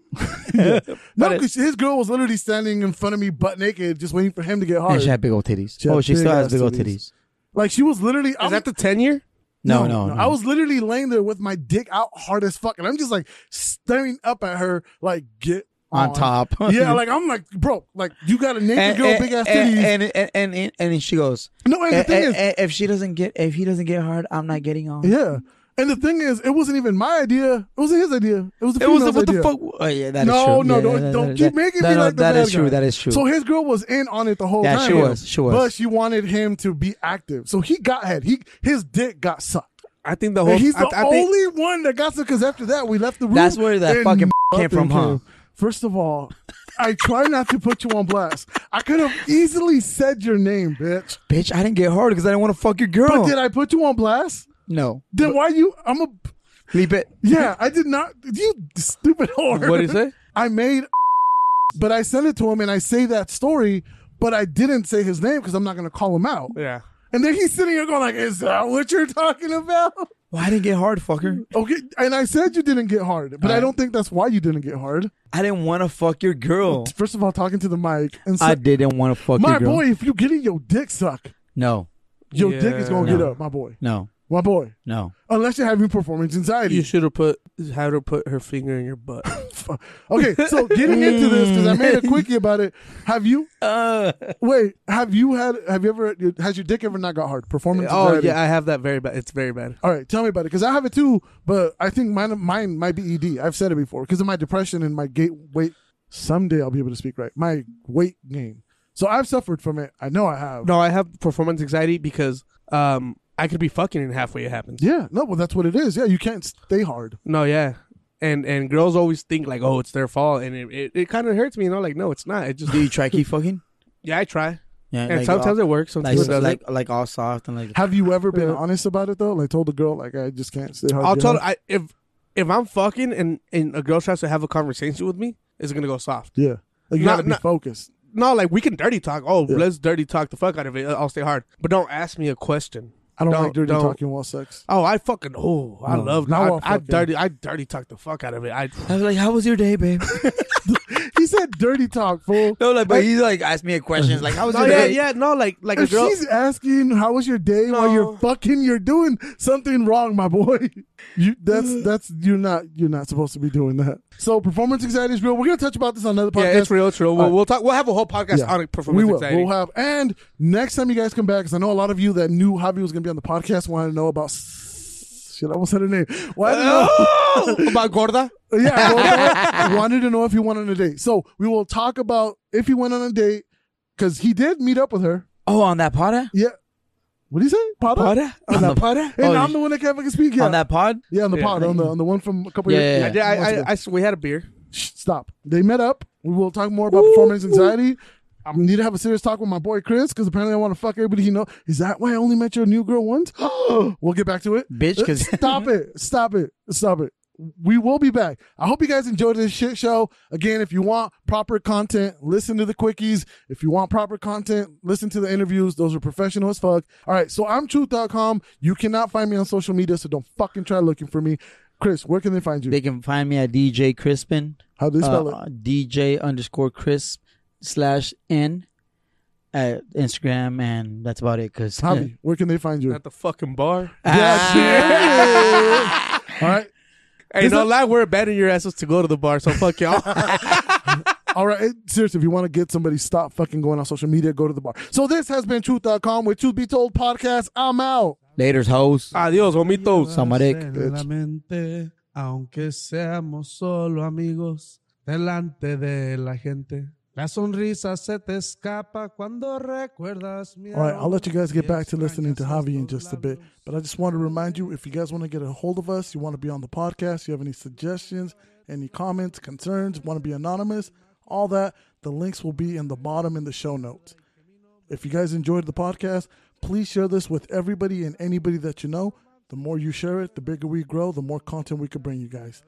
A: no,
B: but it-
A: because his girl was literally standing in front of me, butt naked, just waiting for him to get
B: And
A: hard.
B: she had big old titties.
A: She had
B: oh, she still
A: big
B: has
A: ass
B: big old
A: titties.
B: titties.
A: like she was literally.
C: Is that the ten year?
B: No, no, no.
A: I was literally laying there with my dick out hard as fuck, and I'm just like staring up at her, like get
B: on top.
A: yeah, like I'm like, bro, like you got a naked
B: and,
A: girl,
B: and-
A: big ass
B: and-
A: titties.
B: and, and, and, and, and she goes,
A: no, and the
B: "Eh,
A: thing
B: eh,
A: is,
B: eh, if she doesn't get if he doesn't get hard, I'm not getting on.
A: yeah, and the thing is, it wasn't even my idea. It wasn't his idea. It was the
B: It was
A: female's
B: a, what
A: idea.
B: the fuck? Oh yeah, that is
A: No,
B: true.
A: no,
B: Yeah,
A: don't-
B: that-
A: don't
B: that-
A: keep making
B: no,
A: me
B: no,
A: like the
B: that
A: bad
B: is true.
A: guy.
B: That is true.
A: So his girl was in on it the whole
B: Yeah,
A: time.
B: she was. She was.
A: But she wanted him to be active, so he got head. He his dick got sucked.
C: I think the whole.
A: And he's
C: I,
A: the
C: I think,
A: only one that got sucked because after that we left the room.
B: That's where that
A: and
B: fucking came from, huh?
A: nothing came. First of all, I try not to put you on blast. I could have easily said your name, bitch.
B: Bitch, I didn't get hard because I didn't want to fuck your girl.
A: But did I put you on blast?
B: no,
A: Then why you? I'm a.
B: leave it.
A: Yeah, I did not. You stupid whore.
C: What did he say?
A: I made, but I sent it to him and I say that story, but I didn't say his name because I'm not gonna call him out.
C: Yeah.
A: And then he's sitting here going like, "Is that what you're talking about?"
B: Why I didn't get hard, fucker?
A: Okay, and I said you didn't get hard, but I don't think that's why you didn't get hard.
B: I didn't want to fuck your girl.
A: First of all, talking to the mic and
B: I
A: said,
B: didn't want to fuck
A: "My
B: your girl.
A: boy, if you getting your dick sucked,
B: No,
A: your dick is gonna
C: Yeah.
A: get up, my boy,
B: no,
A: my boy."
B: no.
A: Unless you're having performance anxiety.
C: You should have put had her put her finger in your butt.
A: Fuck. okay, so getting into this because I made a quickie about it. Have you
B: Uh,
A: Wait, have you had? Have you ever? Has your dick ever not got hard? Performance.
C: oh
A: anxiety?
C: yeah, I have that very bad. It's very bad.
A: All right, tell me about it because I have it too, but I think mine mine might be ED. I've said it before because of my depression and my gait weight. Someday I'll be able to speak right. My weight gain. So I've suffered from it. I know I have.
C: No, I have performance anxiety because um I could be fucking and halfway it happens.
A: Yeah, no, well that's what it is. Yeah, you can't stay hard.
C: No, yeah. And and girls always think like, oh, it's their fault, and it it, it kind of hurts me. You know, like no, it's not. It just
B: do you try keep fucking?
C: yeah, I try,
B: Yeah,
C: and sometimes
B: all,
C: it works,
B: like, uh,
C: sometimes it
B: like,
C: doesn't.
B: like all soft and like.
A: Have you ever been
C: Yeah.
A: honest about it though? Like told a girl like I just can't stay hard.
C: I'll
A: you
C: tell
A: know?
C: I if if I'm fucking and and a girl tries to have a conversation with me, it's gonna go soft.
A: Yeah, like you
C: Not-
A: gotta be
C: not-
A: focused.
C: No, like we can dirty talk. Oh,
A: Yeah.
C: let's dirty talk the fuck out of it. I'll stay hard, but don't ask me a question.
A: I don't,
C: Don't-
A: like dirty
C: don't.
A: talking while sex.
C: Oh, I fucking oh, I
A: No,
C: love.
A: not
C: I,
A: while
C: I
A: fucking.
C: dirty, I dirty talk the fuck out of it. I
B: I was like, "How was your day, babe?"
A: he said dirty talk, fool.
B: no, like, but he's like asked me a question. Like, "How was
C: no,
B: your
C: yeah,
B: day?"
C: yeah, no, like like a
A: If
C: girl.
A: she's asking how was your day while
C: No.
A: you're fucking, you're doing something wrong, my boy. You
C: Mm.
A: that's that's you're not you're not supposed to be doing that. So performance anxiety is real. We're gonna touch about this on another
C: Yeah,
A: podcast.
C: it's real, it's real. We'll,
A: Alright.
C: we'll talk. We'll have a whole podcast
A: Yeah.
C: on performance
A: We will.
C: anxiety.
A: We'll have. And next time you guys come back, because I know a lot of you that knew Javi was gonna be on the podcast wanted to know about. s- Shit, I almost said her name. Why?
C: Oh! about gorda.
A: Yeah, well, I wanted to know if he went on a date. So we will talk about if he went on a date because he did meet up with her.
B: Oh, on that poda?
A: Yeah. What do you say? Potter?
B: Poda? eh? On that poda?
A: And
B: Oh,
A: I'm
B: you-
A: the one that can't fucking speak. Yeah.
B: On that pod?
A: Yeah, on the
C: Yeah.
A: pod, on the on the one from a couple
B: Yeah,
A: years.
B: yeah,
C: I, did- I,
A: months
C: I,
A: ago.
C: I s- we had a beer.
A: Shh, stop. They met up. We will talk more about performance anxiety. I need to have a serious talk with my boy Chris because apparently I want to fuck everybody he know. Is that why I only met your new girl once? we'll get back to it.
B: Bitch, because
A: Uh, stop it. Stop it. Stop it. We will be back. I hope you guys enjoyed this shit show. Again, if you want proper content, listen to the quickies. If you want proper content, listen to the interviews. Those are professional as fuck. All right, so I'm truth.com. You cannot find me on social media, so don't fucking try looking for me. Chris, where can they find you?
B: they can find me at DJ Crispin.
A: How do they spell
B: uh, DJ underscore Crisp slash N at Instagram, and that's about it. Because
A: it? Javi, where can they find you?
C: At the fucking bar.
A: All right.
C: Hey,
A: This
C: no
A: is-
C: lie, we're better your asses to go to the bar, so fuck y'all.
A: All right. It- seriously, if you want to get somebody, stop fucking going on social media, go to the bar. So this has been truth.com with Truth Be Told Podcast. I'm out.
B: Later's hoes.
C: Adios, homitos.
B: Samarek.
E: de la mente, aunque seamos solo amigos, delante de la gente. La sonrisa se te escapa cuando recuerdas mi
A: All right, I'll let you guys get
E: y
A: back to listening to
E: extrañas
A: Javi in
E: estos
A: just a bit.
E: labios.
A: But I just want to remind you if you guys want to get a hold of us, you want to be on the podcast, you have any suggestions, any comments, concerns, want to be anonymous, all that, the links will be in the bottom in the show notes. If you guys enjoyed the podcast, please share this with everybody and anybody that you know. The more you share it, the bigger we grow, the more content we can bring you guys.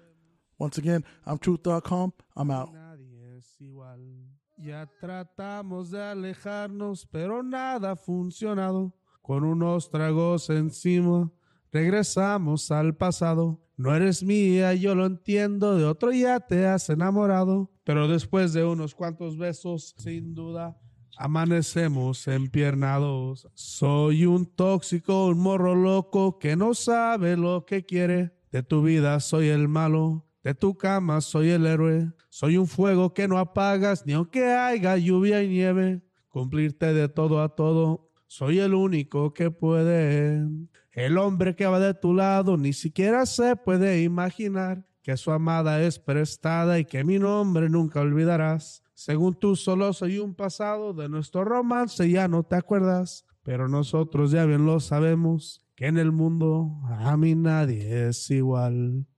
A: Once again, I'm truth.com. I'm out.
E: Nadie es igual. Ya tratamos de alejarnos, pero nada ha funcionado. Con unos tragos encima, regresamos al pasado. No eres mía, yo lo entiendo, de otro ya te has enamorado. Pero después de unos cuantos besos, sin duda, amanecemos empiernados. Soy un tóxico, un morro loco que no sabe lo que quiere. De tu vida soy el malo.
C: De tu cama soy el héroe. Soy un fuego que no apagas ni aunque haya lluvia y nieve. Cumplirte de todo a todo. Soy el único que puede. El hombre que va de tu lado ni siquiera se puede imaginar que su amada es prestada y que mi nombre nunca olvidarás. Según tú solo soy un pasado, de nuestro romance ya no te acuerdas, pero nosotros ya bien lo sabemos, que en el mundo a mí nadie es igual.